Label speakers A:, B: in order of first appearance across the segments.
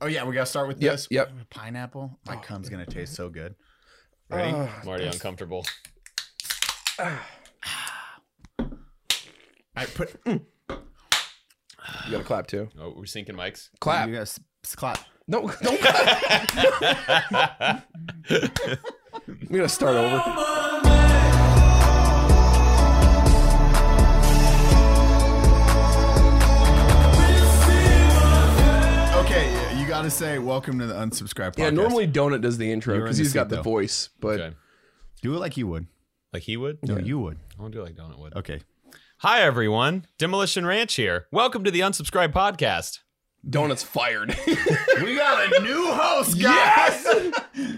A: Oh yeah, we gotta start with
B: Yep,
A: this.
B: yep.
A: Pineapple. My cum's gonna taste so good.
C: Ready?
B: Ah,
C: I'm already uncomfortable.
A: I put
B: You gotta clap too.
C: Oh, we're syncing mics.
B: Clap.
A: You guys s- clap.
B: No, don't clap. we gotta start over.
A: Okay, yeah, you gotta say welcome to the unsubscribe podcast.
B: Yeah, normally Donut does the intro
A: You're in
B: because
A: the
B: he's
A: seat,
B: got the
A: though.
B: voice, but
C: Okay.
A: do it like you would.
C: Like he would?
A: No, you would.
C: I want to do like Donut would.
A: Okay.
C: Hi, everyone. Demolition Ranch here. Welcome to the Unsubscribe Podcast.
B: Donut's fired.
A: we got a new host, guys.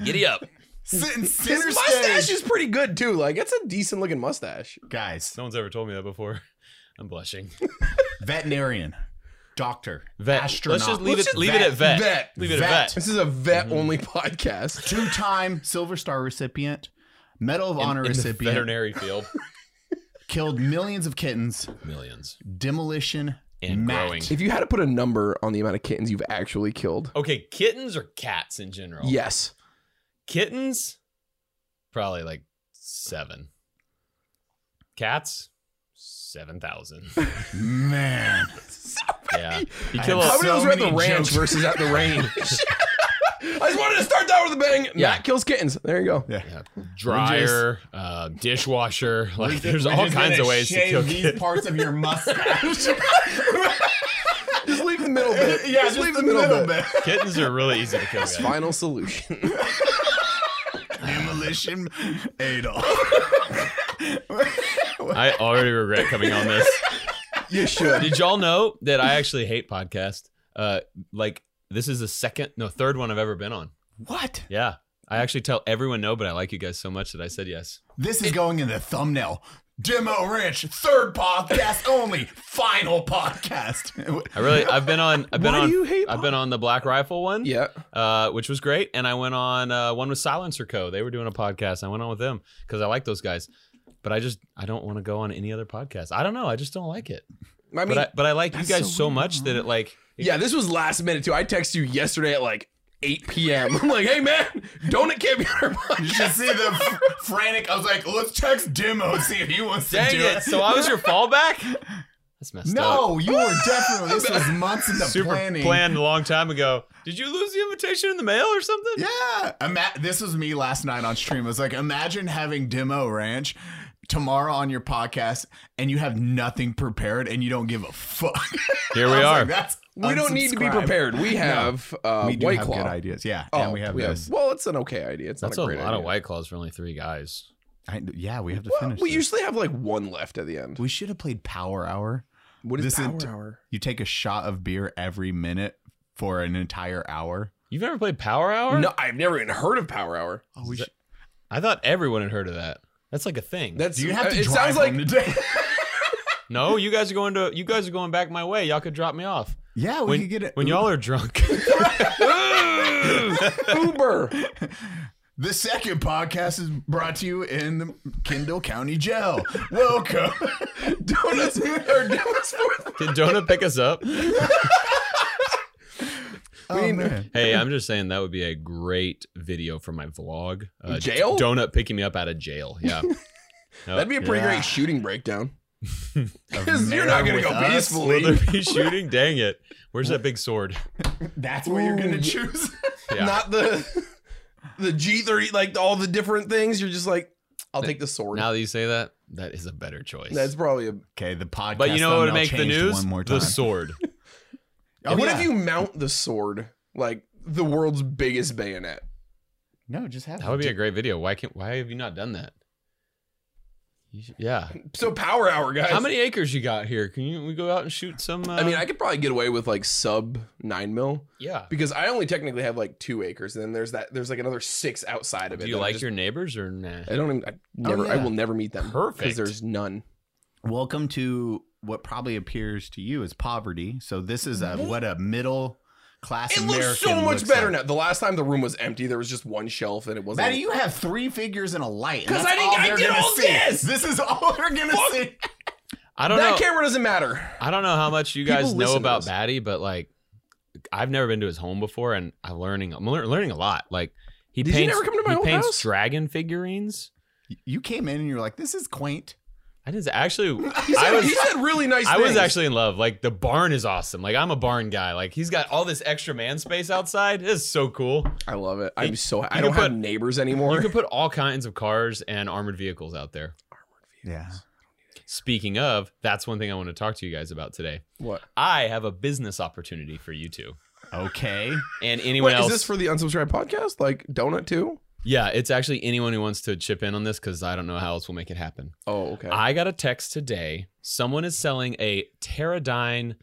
C: Giddy up.
A: Sitting
B: His
A: center
B: mustache
A: stage.
B: is pretty good too. Like that's a decent looking mustache.
A: Guys,
C: No one's ever told me that before. I'm blushing.
A: veterinarian, doctor,
C: Vet.
A: astronaut.
C: Let's just leave
B: Let's
C: it.
B: just
C: Leave it at vet.
B: vet.
C: Leave it
A: Vet.
C: at vet.
B: This is a vet
A: Mm-hmm.
B: only podcast.
A: Two-time Silver Star recipient, Medal of Honor
C: In the
A: recipient,
C: veterinary field.
A: killed millions of kittens,
C: Millions.
A: demolition
C: And
A: Matt.
C: growing.
B: If you had to put a number on the amount of kittens you've actually killed,
C: Okay, kittens or cats in general?
B: yes,
C: Kittens? Probably like seven. Cats? 7,000.
A: Man.
C: Yeah. You
A: I
C: kill
A: am
C: a,
B: how many
A: so
B: of those are at the
A: many
B: ranch
A: jokes.
B: versus at the range? I just wanted to start that with a bang.
C: Yeah.
B: Matt kills kittens. There you go.
C: yeah, dryer, uh, dishwasher. Like, there's
A: We're
C: all
A: just
C: kinds
A: gonna
C: of ways to
A: shave
C: kill
A: these
C: kittens.
A: parts of your mustache.
B: Just leave the middle bit.
A: yeah,
B: just, leave the middle, bit.
C: Kittens are really easy to kill. guys.
B: Final solution.
A: Demolition Adolf.
C: I already regret coming on this.
B: You should.
C: Did y'all know that I actually hate podcasts? Uh, like, this is the second, no, third one I've ever been on.
A: What?
C: Yeah. I actually tell everyone no, but I like you guys so much that I said yes.
A: This is going in the thumbnail. Demo Ranch, third podcast only, final podcast.
C: I really, I've been on, I've been
B: Why do
C: on,
B: you hate
C: I've been on the Black Rifle one.
B: Yeah.
C: uh, which was great. And I went on uh, one with Silencer Co. They were doing a podcast. I went on with them because I like those guys. But I just I don't want to go on any other podcast. I don't know. I just don't like it.
B: I mean,
C: but I but I like you
B: that's
C: guys so,
B: so weird,
C: much that it like
B: yeah, this was last minute too. I texted you yesterday at like 8 p.m. I'm like, hey man, donut can't be on our
A: You
B: podcast.
A: should see the f- frantic. I was like, let's text Demo and see if he wants to
C: dang
A: do
C: it. So I was your fallback. That's messed up.
A: No, you were definitely. This was months in the
C: Super
A: planning.
C: planned a long time ago. Did you lose the invitation in the mail or something?
A: Yeah. Ima- this was me last night on stream. I was like, imagine having Demo Ranch tomorrow on your podcast and you have nothing prepared and you don't give a fuck.
C: Here
A: I
C: we
A: was
C: are.
A: like, That's
B: We don't need to be
A: unsubscribe.
B: prepared. We have uh,
A: We do
B: White
A: have
B: Claw.
A: good ideas. Yeah.
B: Oh,
A: and we have this.
B: well, it's an okay idea. It's
C: That's a,
B: not a
C: lot
B: great
C: of
B: idea.
C: white claws for only three guys.
A: I, yeah, we have to
B: Well,
A: finish.
B: we
A: this.
B: usually have like one left at the end.
A: we should have played Power Hour.
B: What is
A: This
B: power
A: int-
B: hour?
A: You take a shot of beer every minute for an entire hour.
C: You've never played Power Hour?
B: No, I've never even heard of power hour.
A: Oh, we
C: Is I thought everyone had heard of that. That's like a thing.
B: That's
A: Do you have to?
B: it
A: drive
B: sounds like
A: home today?
C: No, you guys are going to you guys are going back my way. Y'all could drop me off.
A: yeah, we
C: When,
A: could get it.
C: when y'all are drunk.
B: Uber.
A: The second podcast is brought to you in the Kendall County Jail. Welcome.
B: donuts or donuts for
C: Can Jonah pick us up?
A: Oh, man.
C: Hey, I'm just saying that would be a great video for my vlog. Uh,
B: Jail?
C: Donut picking me up out of jail. Yeah. No,
B: That'd be a pretty
A: Yeah.
B: great shooting breakdown.
A: Of
B: 'Cause you're
A: Mara
B: not gonna
A: with
B: go
A: us.
B: peacefully.
C: Will there be shooting? Dang it. Where's that big sword?
A: That's what you're
B: Ooh.
A: gonna choose.
C: Yeah.
B: Not the the G three, like all the different things. You're just like, I'll take the sword.
C: now that you say that, that is a better choice.
B: That's probably a.
A: okay, the podcast.
C: but you know what would
A: thumbnail
C: make the
A: changed
C: news?
A: One more time.
C: The sword.
A: Oh,
B: what
A: yeah.
B: if you mount the sword like the world's biggest bayonet?
A: No, just have.
C: That would be a great video. Why can't why have you not done that? You should- yeah.
B: So power hour, guys.
C: How many acres you got here? Can you we go out and shoot some? Uh,
B: I mean, I could probably get away with like sub nine mil
C: yeah.
B: because I only technically have like two acres, and then there's that there's like another six outside of it.
C: Do you
B: that I
C: like
B: just- Uh,
C: your neighbors or nah?
B: I don't. Even, I never. I
A: yeah.
B: will never meet them.
C: Perfect.
B: Because there's none.
A: Welcome to what probably appears to you as poverty. So this is a what a middle class.
B: It looks so
A: American
B: much
A: looks
B: better
A: like.
B: now. The last time the room was empty, there was just one shelf, and it wasn't.
A: Maddie, you have three figures and a light. and
B: 'Cause
A: that's
B: I didn't- I
A: they're
B: did
A: gonna
B: all
A: see.
B: this.
A: This is all they're gonna
B: Fuck.
A: see.
C: I don't
B: that
C: know.
B: camera doesn't matter.
C: I don't know how much you
B: People
C: guys
B: listen
C: know
B: to
C: about
B: us.
C: Batty, but like, I've never been to his home before, and I'm learning. I'm lear- learning a lot. Like he
B: Did you
C: paints.
B: never come to my
C: he
B: old
C: paints
B: house?
C: dragon figurines.
A: You came in and you were like, "This is quaint."
C: I didn't actually.
B: He said,
C: I was.
B: he said really nice
C: I was
B: things.
C: actually in love. Like the barn is awesome. Like I'm a barn guy. Like he's got all this extra man space outside. It's so cool.
B: I love it. I'm so. I
C: you
B: don't
C: can
B: have
C: put-
B: neighbors
C: You
B: anymore.
C: can put all kinds of cars and armored vehicles out there.
A: Yeah.
C: Speaking of, that's one thing I want to talk to you guys about today.
B: What?
C: I have a business opportunity for you two
A: Okay.
C: and
B: Wait,
C: anyone
B: is
C: else.
B: this for the unsubscribed podcast? Like donut too?
C: yeah, it's actually anyone who wants to chip in on this because I don't know how else we'll make it happen.
B: Oh, okay.
C: I got a text today. Someone is selling a Pterodyne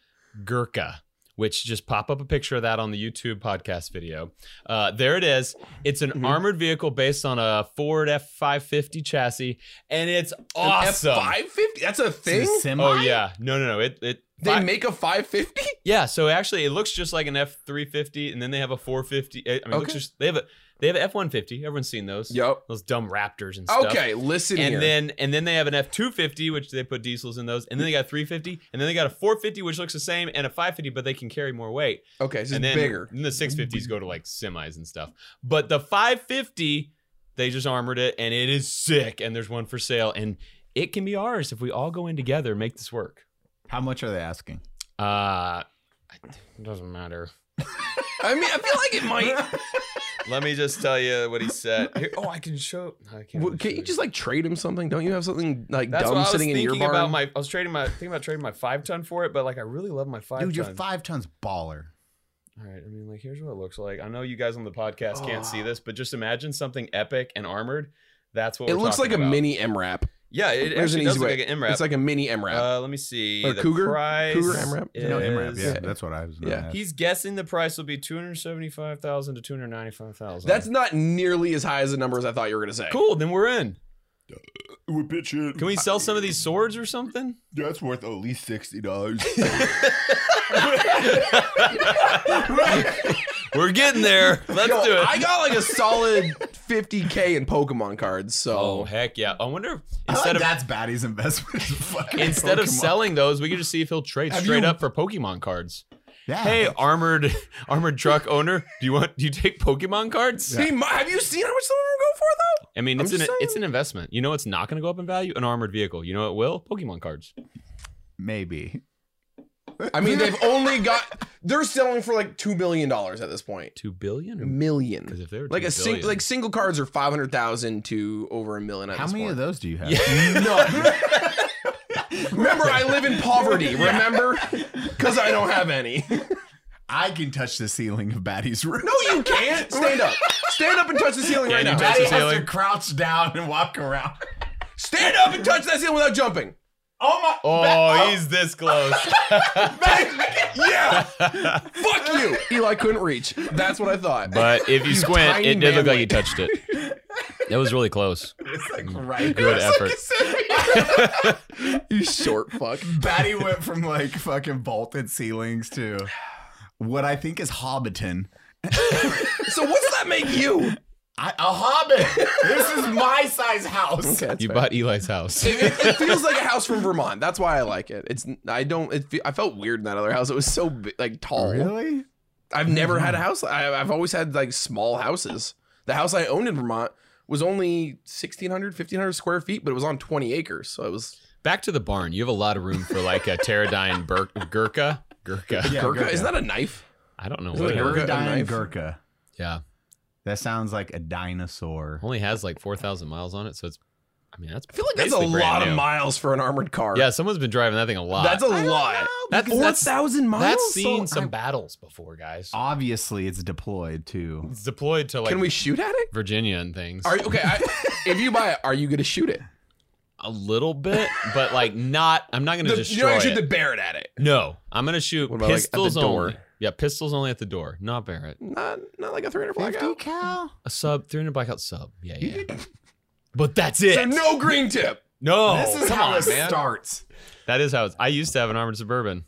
C: Gurkha, which just pop up a picture of that on the YouTube podcast video. Uh, there it is. It's an
B: Mhm.
C: armored vehicle based on a Ford F five fifty chassis, and it's awesome.
B: Five fifty. That's a thing.
A: It's a semi?
C: Oh yeah, no, no, no. It it
B: They
C: fi-
B: make a five fifty.
C: yeah. So actually, it looks just like an F three fifty, and then they have a four fifty. I mean, it looks
B: Okay.
C: just they have a they have an F one fifty. Everyone's seen those.
B: Yep.
C: Those dumb Raptors and stuff.
B: Okay. Listen
C: and
B: here.
C: then and then they have an F two fifty, which they put diesels in those, and then they got three fifty, and then they got a four fifty, which looks the same, and a five fifty, but they can carry more weight.
B: okay. This is
C: and then
B: bigger.
C: then the six fifties go to like semis and stuff. But the five fifty, they just armored it, and it is sick. And there's one for sale, and it can be ours if we all go in together and make this work.
A: How much are they asking?
C: Uh it doesn't matter.
B: I mean, I feel like it might.
C: Let me just tell you what he said. Here- oh, I can show. I can't.
B: Well, Can't you just like trade him something? Don't you have something like
C: That's
B: dumb
C: what I was
B: sitting in
C: thinking
B: your barn?
C: about. My, I was trading my thinking about trading my five ton for it, but like I really love my five.
A: Dude, your
C: ton.
A: five tons baller.
C: All right. I mean, like, here's what it looks like. I know you guys on the podcast
B: Oh.
C: can't see this, but just imagine something epic and armored. That's what
B: it
C: we're
B: looks like
C: talking
B: a
C: about.
B: mini MRAP.
C: Yeah, it
B: There's an
C: actually does
B: easy
C: look
B: way.
C: like an MRAP.
B: It's like a mini MRAP.
C: uh, let me see.
B: Or
C: the
B: cougar?
C: price
B: Cougar MRAP?
A: No, MRAP.
C: is-
A: Yeah, that's what I was. gonna
B: Yeah.
A: ask.
C: He's guessing the price will be two hundred seventy-five thousand to two hundred ninety-five thousand.
B: That's not nearly as high as the number as I thought you were gonna say.
C: cool. Then we're in.
D: We're pitching.
C: Can we sell some of these swords or something?
D: That's worth at least sixty dollars.
C: we're getting there. Let's
B: Yo,
C: do it.
B: I got like a solid 50k in Pokemon cards.
C: oh
B: So
C: heck yeah! I wonder if
A: I like
C: instead of
A: that's Batty's investment. is fucking
C: Instead of
A: Pokemon.
C: selling those, we could just see if he'll trade
A: Have
C: straight
A: you-
C: up for Pokemon cards.
A: yeah.
C: Hey, armored armored truck owner, do you want do you take Pokemon cards?
B: See, my- have you seen how much some of them go for though?
C: I mean,
B: I'm
C: it's an
B: just
C: it's
B: saying.
C: an investment. You know, it's not going to go up in value. An armored vehicle. You know, it will. Pokemon cards.
A: maybe.
B: I mean, they've only got they're selling for like two million dollars at this point.
C: Two billion. Or, because
B: Million.
C: if they were
B: Like a
C: single,
B: sing- like single cards are five hundred thousand to over a million. At
A: How
B: this
A: many
B: point.
A: of those do you have?
B: None. Remember, I live in poverty. Remember, because I don't have any.
A: I can touch the ceiling of Batty's room.
B: No, you can't. Stand up. Stand up and touch the ceiling
C: Can
B: right
C: you
B: now.
C: touch the
A: Batty has to
C: ceiling?
A: crouch down and walk around.
B: Stand up and touch that ceiling without jumping.
A: Oh my!
C: oh, he's this close.
B: yeah. Fuck you. Eli couldn't reach. That's what I thought.
C: but if you squint,
B: tiny
C: it did look
B: man
C: like you touched it. That was really close.
A: It's like right.
C: Good effort.
B: you short fuck.
A: Batty went from like fucking vaulted ceilings to what I think is Hobbiton.
B: So what's that make you?
A: I, a hobbit. this is my size house.
B: Okay, that's
C: You
B: fair.
C: bought Eli's house.
B: It, it feels like a house from Vermont. That's why I like it. It's I don't. It, fe- I felt weird in that other house. It was so bi- like
A: Oh.
B: tall.
A: Really?
B: I've never had a house. I, I've always had like small houses. The house I owned in Vermont was only 1,600, 1,500 square feet, but it was on 20 acres. So it was.
C: Back to the barn. You have a lot of room for like a pterodyne bur- Gurkha. Gurkha.
A: Yeah,
B: Gurkha?
A: Gurkha.
B: Isn't that a knife?
C: I don't know
B: Is it a
C: what it is.
B: Gurkha?
A: Gurkha.
B: knife?
A: Gurkha.
C: Yeah.
A: That sounds like a dinosaur.
C: Only has like 4,000 miles on it. So it's, I mean, that's,
B: I feel like that's a
C: basically brand
B: lot of
C: new.
B: miles for an armored car.
C: Yeah, someone's been driving that thing a lot.
B: That's a
A: I don't
B: lot.
A: know,
C: That's-
B: Four
C: that's-
B: thousand miles.
C: That's seen
A: so
C: some
A: I-
C: battles before, guys.
A: Obviously, it's deployed too.
C: It's deployed to like
B: Can we shoot at it?
C: Virginia and things.
B: Are you okay? I, if you buy it, are you gonna shoot it?
C: a little bit, but like not. I'm not gonna
B: The- you're
C: destroy
B: not gonna
C: it.
B: shoot the Barrett at it.
C: no, I'm gonna shoot
B: What about, like, at the
C: pistols only.
B: door?
C: Yeah, pistols only at the door, not Barrett.
B: Not not like a 300 blackout.
A: cal.
C: A sub, 300 blackout sub. Yeah, yeah. But that's it.
B: So no green tip.
C: no,
A: This is
C: come
A: how
C: on,
A: it
C: man.
A: starts.
C: That is how it's. I used to have an armored suburban.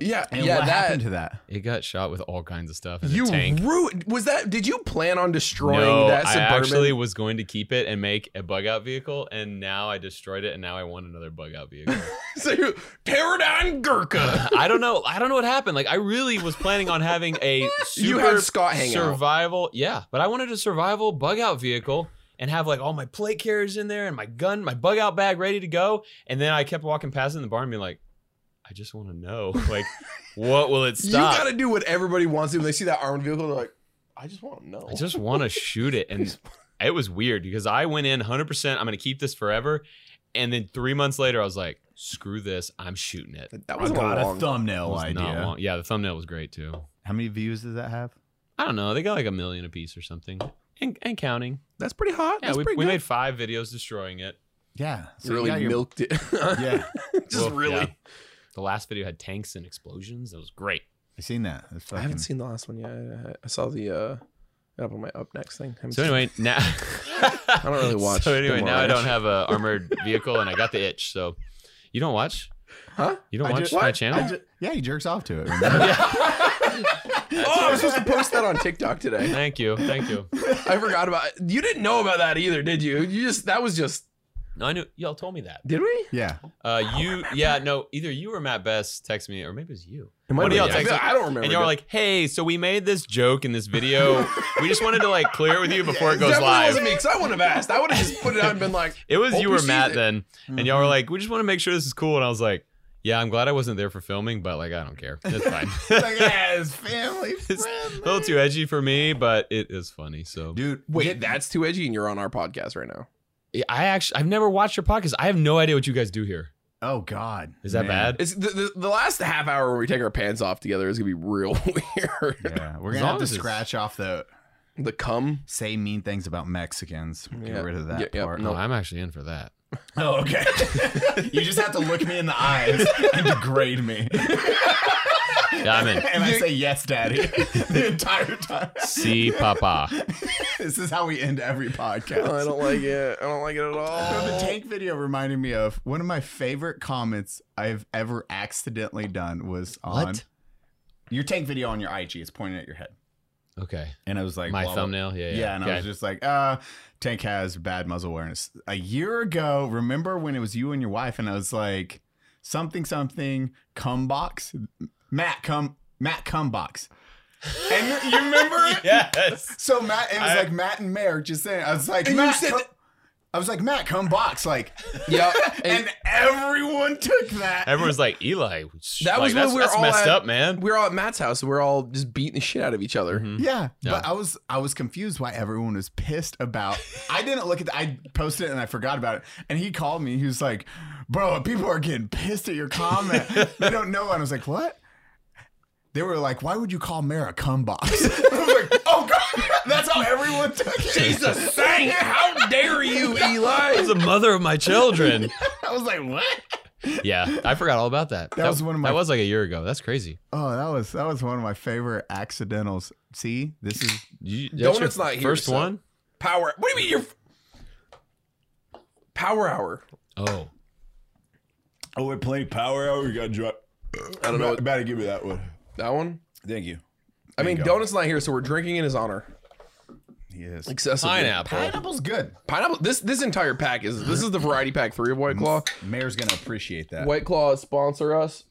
B: Yeah,
A: And
B: yeah,
A: what
B: that
A: happened to that?
C: It got shot with all kinds of stuff in
B: you
C: the tank.
B: ruined. Was that? Did you plan on destroying
C: No,
B: that
C: I
B: suburban?
C: actually was going to keep it and make a bug out vehicle, and now I destroyed it, and now I want another bug out vehicle.
B: so you, Paradigm Gurkha.
C: I don't know. I don't know what happened. Like I really was planning on having a super
B: You had Scott hang out.
C: survival. Yeah, but I wanted a survival bug out vehicle and have like all my plate carriers in there and my gun, my bug out bag ready to go. And then I kept walking past it in the barn, and being like, I just want to know, like, what will it
B: You
C: stop?
B: got to do what everybody wants to. When they see that armored vehicle, they're like, "I just want to know."
C: I just want to shoot it. And it was weird because I went in 100%, I'm going to keep this forever. And then three months later, I was like, screw this, I'm shooting it.
B: that
A: I
B: was a
A: got a
B: long-
C: It
A: thumbnail
C: was not
A: idea.
C: long- Yeah, the thumbnail was great too.
A: How many views does that have?
C: I don't know. They got like a million apiece or something and, and counting.
B: That's pretty hot.
C: Yeah,
B: That's
C: we,
B: pretty
C: we
B: good.
C: made five videos destroying it.
A: Yeah, so
B: You
A: you
B: really
A: got your-
B: milked it.
A: Yeah,
B: just
C: Well,
B: really.
C: yeah. The last video had tanks and explosions. It was great.
A: I seen that. That's
B: I haven't
A: fucking-
B: seen the last one yet. I- I saw the uh, up on my up next thing. Haven't
C: So
B: seen-
C: anyway, now I
B: don't really watch
C: So anyway,
B: Demon
C: now I
B: Ranch.
C: don't have a armored vehicle, and I got the itch. So you don't watch?
B: huh?
C: You don't
A: I
C: watch
A: just-
C: my
A: what?
C: channel?
A: I ju- yeah, he jerks off to it. remember?
C: uh,
B: Oh, I was supposed to post that on TikTok today.
C: Thank you, thank you.
B: I forgot about. You didn't know about that either, did you? You just that was just.
C: No, I knew y'all told me that.
B: Did we?
A: yeah,
C: Uh, you, yeah, no, either you or Matt Best texted me, or maybe it was you.
B: It might
C: What do
B: be-
C: y'all
B: I
C: text-
B: feel- I don't remember.
C: And y'all were like, "Hey, so we made this joke in this video. we just wanted to like clear it with you before it goes
B: Definitely
C: live."
B: wasn't me because I wouldn't have asked. I would have just put it out and been like,
C: It was
B: Hope
C: you
B: he
C: or
B: sees
C: Matt
B: it.
C: then, and
B: Mm-hmm.
C: y'all were like, "We just want to make sure this is cool." And I was like, "Yeah, I'm glad I wasn't there for filming, but like, I don't care. It's fine.
A: Mm-hmm. like, yeah, it's family
C: it's
A: friendly.
C: a little too edgy for me, but it is funny." So,
A: dude.
B: "Wait,
A: Wait,
B: that's too edgy," and you're on our podcast right now.
C: Yeah, I actually I've never watched your podcast. I have no idea what you guys do here.
A: oh god,
C: Is that
A: man.
C: bad?
B: It's the, the, the last half hour where we take our pants off together is gonna be real weird.
A: Yeah, we're gonna
C: As long
A: have to
C: as it's-
A: scratch off the
B: The cum.
A: say mean things about Mexicans. Get
B: Yeah.
A: rid of that
B: Yeah, yeah,
A: part.
C: No, I'm actually in for that.
A: Oh, okay. you just have to look me in the eyes and degrade me.
C: Yeah, I'm in.
A: And I say yes, daddy, the entire time.
C: See, Papa.
A: This is how we end every podcast.
B: I don't like it. I don't like it at all.
A: So the tank video reminded me of one of my favorite comments I've ever accidentally done was on
C: What?
A: your tank video on your IG. It's pointing at your head,
C: Okay,
A: and I was like,
C: my
A: blah, blah,
C: thumbnail. Yeah, yeah.
A: Yeah, and I
C: Okay.
A: was just like, uh, Tank has bad muzzle awareness. A year ago, remember when it was you and your wife, and I was like, something, something, cum box, Matt, cum, Matt, cum box. And you remember? it?
C: yes.
A: So Matt, it was
C: I-
A: like Matt and Merrick just saying, I was like,
B: And you
A: Matt,
B: said
A: cum-"
B: that-
A: I was like, Matt, cum box. Like,
B: yeah, and
A: and everyone took that.
C: Everyone's like Eli.
B: That
C: That
B: was
C: was
B: when
C: that's,
B: we were
C: that's
B: all
C: messed
B: at-
C: up, man.
B: we we're all at Matt's house. and we We're all just beating the shit out of each other.
C: Mm-hmm.
A: Yeah, but
C: Yeah.
A: I was I was confused why everyone was pissed about. I didn't look at. The, I posted it and I forgot about it. And he called me. He was like, "Bro, people are getting pissed at your comment. they don't know." And I was like, "What?" They were like, "Why would you call Mara cum box?" I was like, "Oh God, that's how everyone took it."
B: Jesus saint, how dare you,
C: As
B: Eli?
C: the mother of my children.
A: I was like, "What?"
C: yeah, I forgot all about that. That,
A: was one of my-
C: That was like a year ago. That's crazy.
A: Oh, that was that was one of my favorite accidentals. See, this is
C: You, that's
B: Donut's
C: your
B: not here,
C: First
B: so-
C: one.
B: Power. What do you mean you're Power Hour?
C: Oh,
D: Oh, we're playing Power Hour. We got dropped.
B: I don't know what-
D: Better give me that one.
B: That one.
D: Thank you.
B: I mean,
A: you go.
B: Donut's not here, so we're drinking in his honor.
A: yes.
B: Excessive
C: pineapple.
A: Pineapple's good.
B: Pineapple. This this entire pack is this is the variety pack three of White Claw.
A: Mayor's gonna appreciate that.
B: White Claw sponsor us.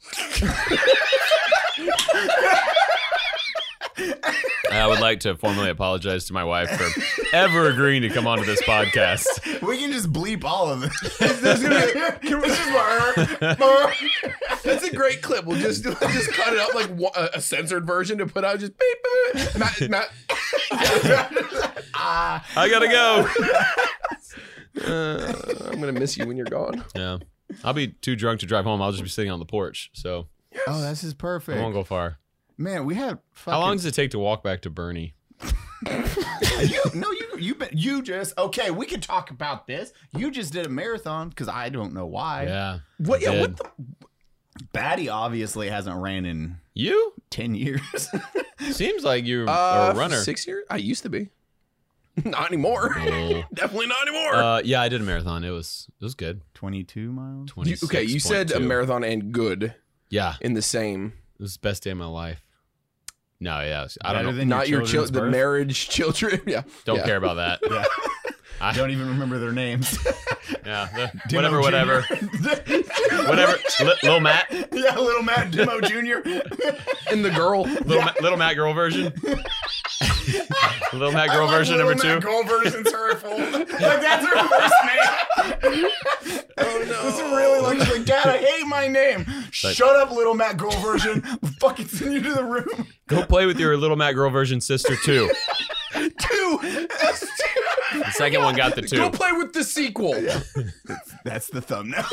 C: I would like to formally apologize to my wife for ever agreeing to come onto this podcast.
A: We can just bleep all of this.
B: That's a great clip. We'll just we'll just cut it up like one- a- a censored version to put out. Just beep, beep, beep. Matt, Matt,
A: Ah.
C: I gotta go.
B: uh, I'm gonna miss you when you're gone.
C: Yeah, I'll be too drunk to drive home. I'll just be sitting on the porch, so
A: Oh, this is
C: I won't
A: perfect.
C: go far.
A: Man, we had fucking.
C: How long does it take to walk back to Bernie?
A: you, no, you you been, you just okay. We can talk about this. You just did a marathon because I don't know why.
C: Yeah,
B: What?
C: I
B: Yeah. What?
C: did.
B: The,
A: Batty obviously hasn't ran in
C: you
A: ten years.
C: seems like you're
B: uh,
C: a runner.
B: Six years? I used to be. Not anymore.
C: Oh.
B: Definitely not anymore.
C: Uh, yeah, I did a marathon. It was it was good.
A: Twenty two miles.
B: You- okay, you said a
C: 26.2.
B: marathon and good
C: Yeah,
B: in the same.
C: It was the best day of my life. No, yeah, it was- I
A: Better
C: don't know.
A: than
B: Not your, chil-
A: children's
B: the
A: birth?
B: marriage children. Yeah.
C: don't
B: Yeah.
C: care about that.
A: Yeah.
C: I-
A: Don't even remember their names.
C: Yeah, the-
A: Dimo
C: whatever, whatever,
A: Jr.
C: whatever. Li- little Matt,
A: yeah, little Matt Dimo Jr.
B: And the girl.
C: little, Ma- little Matt girl version. little Matt
A: I
C: girl
A: like
C: version
A: Little
C: number two.
A: Matt Girl version's her full. Like that's her first name. oh no! This is really like she's like Dad. I hate my name. Shut up, Little Matt Girl version. Fucking send you to the room.
C: Go play with your little Matt girl version sister too.
A: Two.
C: The second one got the
B: Go
C: two.
B: play with the sequel.
A: That's the thumbnail.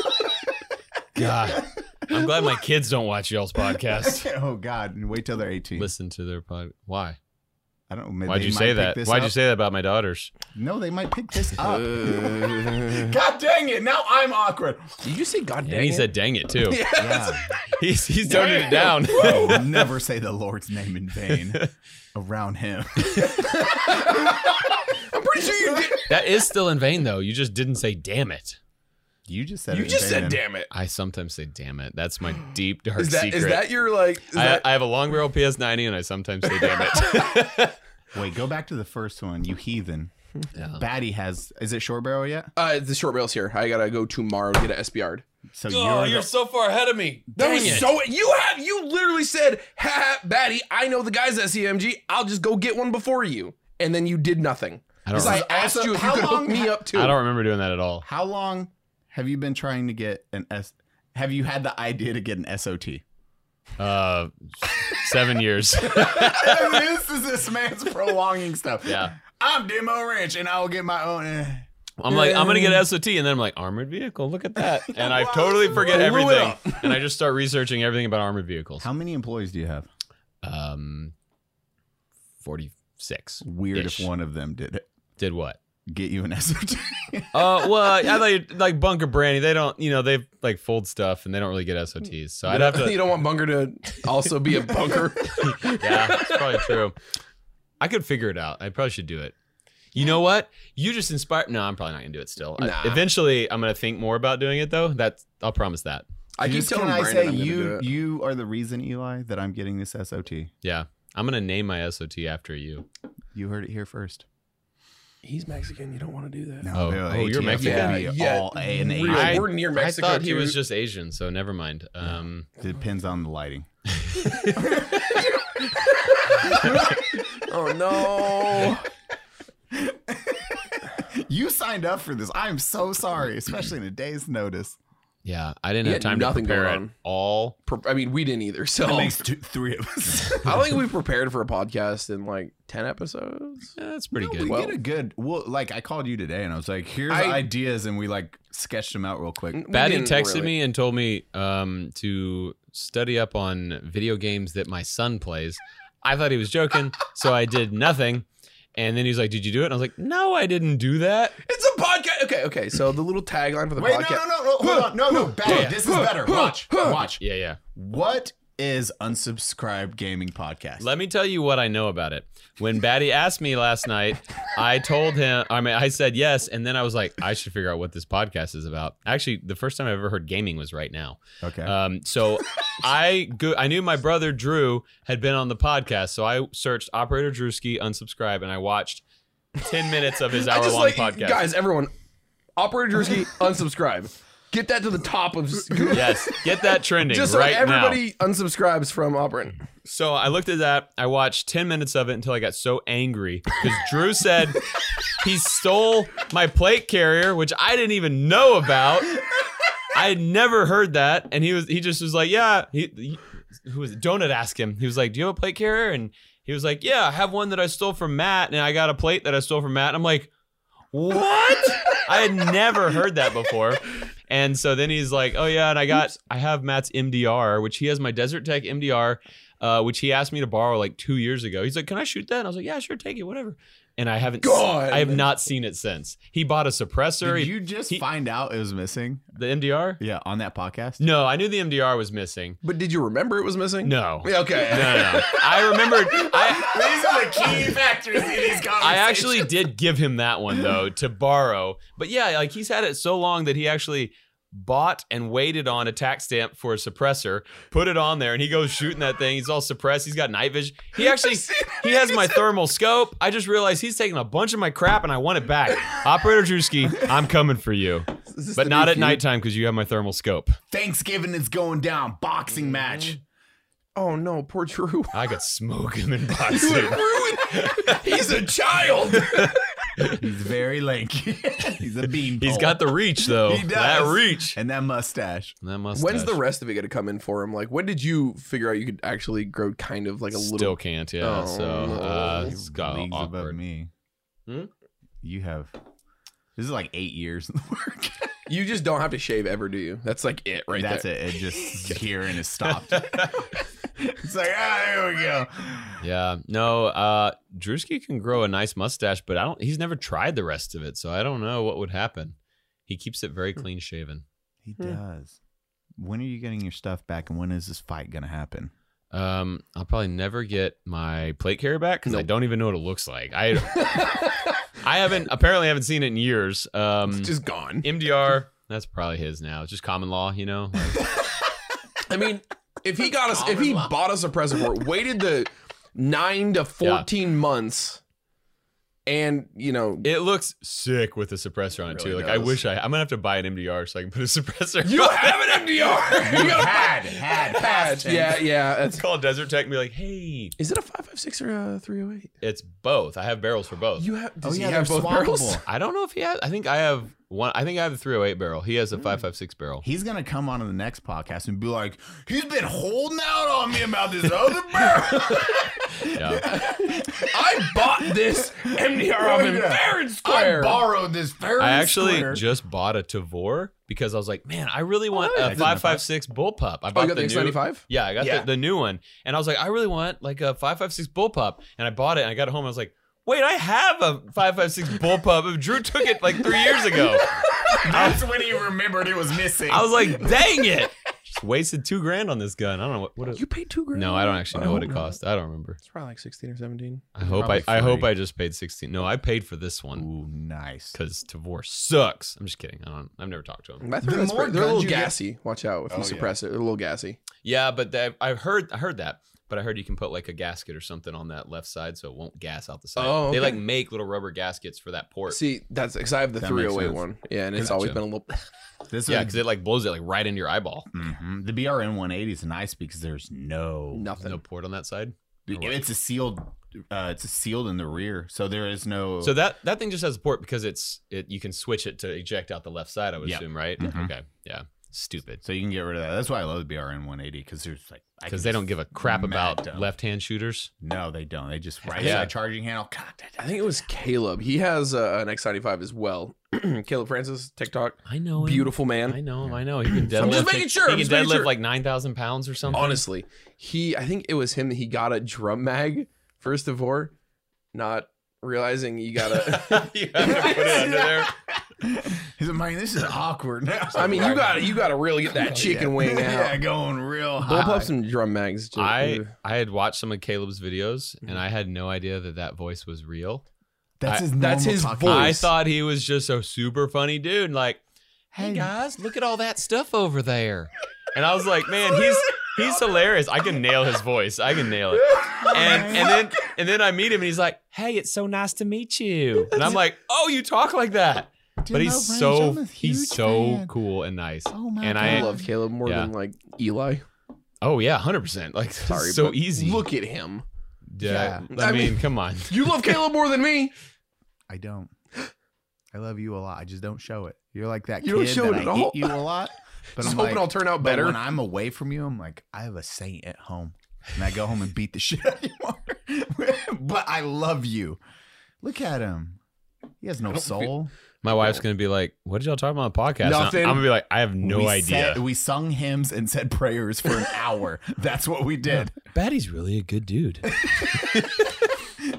C: God, I'm glad my kids don't watch y'all's podcast.
A: oh God! And wait till they're eighteen.
C: Listen to their pod. Why?
A: I don't. know, Maybe
C: Why'd
A: they
C: you
A: might
C: say
A: pick
C: that?
A: this
C: Why'd
A: up.
C: you say that about my daughters?
A: No, they might pick this
B: Uh,
A: up. God dang it! Now I'm awkward.
B: did you say God
C: And
B: dang
C: he
B: it?
C: said, "Dang it, too."
A: Yeah.
C: He's he's toning it down.
A: Whoa, never say the Lord's name in vain around him.
B: I'm pretty sure you did.
C: that is still in vain, though. You just didn't say, "Damn it."
A: You just said
B: You
A: it
B: just
A: in vain.
B: said damn it.
C: I sometimes say, "Damn it." That's my deep dark
B: Is that is
C: secret.
B: that your like is
C: I,
B: that,
C: I have a long barrel PS90, and I sometimes say, "Damn it."
A: Wait, go back to the first one. You heathen.
C: Yeah.
A: Batty has. Is it short barrel yet?
B: uh the short rail's here. I gotta go tomorrow to get an SBR.
A: So you're. the-
C: so far ahead of me.
B: That was so you have you literally said, ha ha, baddie, I know the guys at CMG, I'll just go get one before you. And then you did nothing.
C: I
B: Because
C: don't.
B: I
C: Re-
A: Also,
B: asked you if you
A: how
B: could hook
A: long-
B: me up too.
C: I don't remember doing that at all.
A: how long have you been trying to get an S? Have you had the idea to get an SOT?
C: Uh, seven years.
A: this is this man's prolonging stuff.
C: Yeah.
A: I'm Demo Ranch, and I will get my own. eh.
C: I'm like, I'm gonna get SOT, and then I'm like, armored vehicle. Look at that, and I totally forget
B: Blew it
C: everything, and I just start researching everything about armored vehicles.
A: How many employees do you have?
C: Um, forty-six.
A: Weird
C: Ish.
A: if one of them did it.
C: Did what?
A: Get you an SOT.
C: Uh, well, I thought you like Bunker Brandy. They don't, you know, they like fold stuff, and they don't really get SOTs. So
B: you
C: I'd
B: don't,
C: have to.
B: you don't want Bunker to also be a bunker.
C: Yeah, that's probably true. I could figure it out. I probably should do it. You know what? You just inspired. No, I'm probably not gonna do it. Still, I-
B: Nah.
C: eventually, I'm gonna think more about doing it though. That's I'll promise that.
B: I keep
A: Just
B: telling
A: can I
B: Brandon
A: say
B: I'm gonna do
A: you
B: it.
A: you are the reason, Eli, that I'm getting this SOT.
C: Yeah, I'm gonna name my SOT after you.
A: You heard it here first.
B: He's Mexican, you don't want to do that.
A: No,
C: Oh,
A: the
C: oh, you're
A: ATF
C: Mexican?
A: would be
B: Yeah,
A: all A and
B: really.
A: Asian.
C: I-
B: we're near Mexico.
C: I thought he
B: too.
C: was just Asian, so never mind. Um,
A: Depends on the lighting.
B: Oh no.
A: You signed up for this. I'm so sorry, especially in a day's notice.
C: yeah, I didn't
B: He
C: have
B: had
C: time to
B: nothing
C: prepare
B: going
C: it
B: on.
C: all.
B: Pre- I mean, we didn't either. So
C: Oh.
A: That makes two, three of us.
B: I don't think we prepared for a podcast in like ten episodes.
C: Yeah, that's pretty
A: No,
C: good.
A: We
B: Well-
A: get a good. Well, like I called you today, and I was like, "Here's
B: I-
A: ideas," and we like sketched them out real quick.
B: We
C: Batty
B: didn't
C: texted
B: really.
C: me and told me um, to study up on video games that my son plays. I thought he was joking, so I did nothing. And then he was like, "Did you do it?" And I was like, "No, I didn't do that."
B: It's a podcast. Okay, okay. So the little tagline for the
A: Wait, no,
B: podcast.
A: no, no, no, hold on, no, no, Batty, this is better. Watch, watch.
C: Yeah, yeah.
A: What is unsubscribe gaming podcast?
C: Let me tell you what I know about it. When Batty asked me last night, I told him, I mean, I said yes, and then I was like, I should figure out what this podcast is about. Actually, the first time I ever heard gaming was right now.
A: okay,
C: Um, so I go- I knew my brother Drew had been on the podcast, so I searched Operator Drewski unsubscribe, and I watched ten minutes of his
B: I
C: hour
B: just
C: long
B: like
C: podcast.
B: guys, everyone, Operator Drewski, unsubscribe. Get that to the top of
C: Yes, get that trending
B: just so
C: right now.
B: everybody unsubscribes from Operator.
C: So I looked at that. I watched ten minutes of it until I got so angry because Drew said he stole my plate carrier, which I didn't even know about. I had never heard that, and he was he just was like, yeah. He, he- who was it? Donut asked him. He was like, do you have a plate carrier? And he was like, yeah, I have one that I stole from Matt, and I got a plate that I stole from Matt. And I'm like, what? I had never heard that before. And so then he's like, oh yeah, and I got I have Matt's MDR, which he has my Desert Tech MDR, uh, which he asked me to borrow like two years ago. He's like, can I shoot that? And I was like, yeah, sure, take it, whatever. And I haven't,
B: God.
C: I have not seen it since. He bought a suppressor.
A: did
C: he-
A: you just
C: he-
A: find out it was missing?
C: the MDR?
A: Yeah, on that podcast.
C: No, I knew the MDR was missing.
B: But did you remember it was missing?
C: No.
B: Yeah, Okay.
C: No, no, no. I remembered. I
A: These are the key factors in these conversations.
C: I actually did give him that one though to borrow. But yeah, like he's had it so long that he actually bought and waited on a tax stamp for a suppressor, put it on there, and he goes shooting that thing. He's all suppressed. He's got night vision. He actually he has my thermal scope. I just realized he's taking a bunch of my crap and I want it back. Operator Drewski, I'm coming for you. But not at nighttime because you have my thermal scope.
A: Thanksgiving is going down. Boxing
C: Mm-hmm.
A: match.
B: Oh no, poor Drew.
C: I could smoke him in boxing.
B: He's a child.
A: He's very lanky. He's a bean.
C: He's got the reach though.
A: He does.
C: That reach.
A: and that
B: Uh,
A: mustache.
C: That mustache.
B: When's the rest of it gonna come in for him? Like, when did you figure out you could actually grow kind of like a
C: still
B: little?
C: can't? Yeah.
B: Oh,
C: so uh,
B: no.
C: it's got
A: Leagues above
C: awkward.
A: me.
C: Hmm?
A: You have. This is like eight years in the work.
B: You just don't have to shave ever, do you? That's like it, right
A: That's
B: there.
A: it. It just here and it stopped. it's like ah, there we go.
C: Yeah. No, uh Drewski can grow a nice mustache, but I don't he's never tried the rest of it, so I don't know what would happen. He keeps it very clean shaven.
A: He
B: Hmm.
A: does. When are you getting your stuff back, and when is this fight gonna happen?
C: Um, I'll probably never get my plate carrier back because I
B: Nope.
C: don't even know what it looks like. I I haven't apparently haven't seen it in years. Um
B: It's just gone.
C: MDR, that's probably his now. It's just common law, you know? Like,
B: I mean, if he got us, if he bought us a present for it, waited the nine to fourteen months, and you know,
C: it looks sick with a suppressor on it,
B: It
C: too.
B: really
C: Like I
B: does.
C: wish I I'm gonna have to buy an MDR so I can put a suppressor
B: you have an MDR. You got
A: Had had past tense.
B: Yeah, yeah. That's,
C: call Desert Tech and be like, hey,
B: is it a five five six or a three oh eight?
C: it's both. I have barrels for both.
B: You have. Does
A: Oh, yeah,
B: he have
A: they're
B: both barrels?
A: swappable.
C: I don't know if he has. I think I have one. I think I have a 308 barrel. He
B: Mm.
C: has a 556 barrel.
A: He's gonna come on to the next podcast and be like, "He's been holding out on me about this other barrel."
C: Yeah.
B: I bought this MDR off him
A: Yeah.
B: fair and
A: I
B: square. Oh,
A: borrowed this Ferris
C: I actually
A: square.
C: just bought a Tavor because I was like, man, I really want a
A: good
C: 556 bullpup. I
B: oh,
C: bought
B: you got the
C: the
B: X
C: new.
B: ninety five.
C: Yeah, I got
B: Yeah.
C: The, the new one, and I was like, I really want like a 556 bullpup, and I bought it, and I got it home, and I was like. Wait, I have a 556 bullpup. Drew took it like three years ago.
A: That's when he remembered it was missing.
C: I was like, dang it. Just wasted two grand on this gun. I don't know what. what it-
B: You paid two grand.
C: no, I don't actually know
B: Oh,
C: what it
B: no.
C: cost. I don't remember.
B: It's probably like sixteen or seventeen.
C: I hope I,
A: Probably
C: I hope
A: free.
C: I just paid sixteen. No, I paid for this one
A: "Ooh, nice."
C: because Tavor sucks. I'm just kidding. I don't. I've never talked to him.
B: I think
A: The
B: that's
A: more
B: pretty- they're a little
A: guns you get-
B: gassy. Watch out if
A: Oh,
B: you
A: yeah.
B: suppress it. They're a little gassy.
C: Yeah, but that, I've heard I heard that. But I heard you can put like a gasket or something on that left side so it won't gas out the side.
B: Oh, okay.
C: They like make little rubber gaskets for that port.
B: See, that's because I have the
A: That makes
B: 308
A: sense.
B: one. Yeah, and it's
C: Gotcha.
B: always been a little.
A: This
C: yeah,
A: yeah,
C: because it like blows it like right into your eyeball.
A: hmm the BRN 180 is nice because there's no,
B: Nothing.
C: No port on that side.
A: It's a sealed. Uh, it's a sealed in the rear, so there is no.
C: So that that thing just has a port because it's it. You can switch it to eject out the left side. I would
A: Yeah.
C: assume, right?
A: Mhm.
C: Okay. Yeah. Stupid.
A: so you can get rid of that. That's why I love the BRN 180 because there's like I
C: Because
A: can
C: they don't give a crap
A: smack
C: about
A: them.
C: left hand shooters.
A: No, they don't. They just right
C: Yeah.
A: yeah. charging handle. God, that,
B: I think it was Caleb. He has uh, an X95 as well. Caleb Francis, TikTok,
C: I know. him.
B: beautiful man.
C: I know him. I know. He can deadlift.
B: I'm just making sure,
C: He
B: I'm
C: can
B: just making
C: deadlift
B: sure.
C: like nine thousand pounds or something.
B: Honestly, he. I think it was him that he got a drum mag first of all, not realizing you gotta.
C: you have to put it under there.
A: he's like, man, this is awkward now. Oh,
B: I mean, you gotta you gotta really get that chicken wing
A: yeah,
B: out.
A: going real high.
B: Bullpups and drum mags. Just, Mm.
C: I
B: ooh.
C: I had watched some of Caleb's videos and I had no idea that that voice was real.
A: That's
C: I-
A: his.
B: that's
A: normal
B: his
A: talking
B: voice.
C: I thought he was just a super funny dude. and Like, hey
A: Hey.
C: guys, look at all that stuff over there. And I was like, man, he's he's hilarious. I can nail his voice. I can nail it. And and then and then I meet him and he's like, hey, it's so nice to meet you. And I'm like, oh, you talk like that.
A: Do you
C: But
A: know,
C: he's
A: Rage,
C: so
A: I'm a
C: he's
A: huge
C: so
A: fan.
C: cool and nice.
A: Oh my
C: and
B: I
C: I-
B: love Caleb more
C: yeah.
B: than like Eli.
C: Oh yeah, hundred percent. Like
B: Sorry,
C: Sorry, so
B: but
C: easy.
B: Look at him.
C: yeah.
B: yeah.
C: I,
B: I
C: mean,
B: mean-
C: come on.
B: You love Caleb more than me.
A: I don't. I love you a lot. I just don't show it. You're like that.
B: You don't
A: kid
B: show
A: that
B: it at
A: I
B: all.
A: hate you a lot. But
B: Just
A: I'm
B: hoping
A: like,
B: I'll turn out
A: but
B: better.
A: when I'm away from you, I'm like, I have a saint at home, and I go home and beat the shit out of you. more. but I love you. Look at him. He has no
B: don't feel-
A: soul.
C: My wife's gonna be like, "What did y'all talk about on the podcast?" And I-
B: Nothing.
C: I'm gonna be like, "I have no
A: we
C: idea."
A: said- we sung hymns and said prayers for an hour. That's what we did.
C: Batty's really a good dude.
B: Can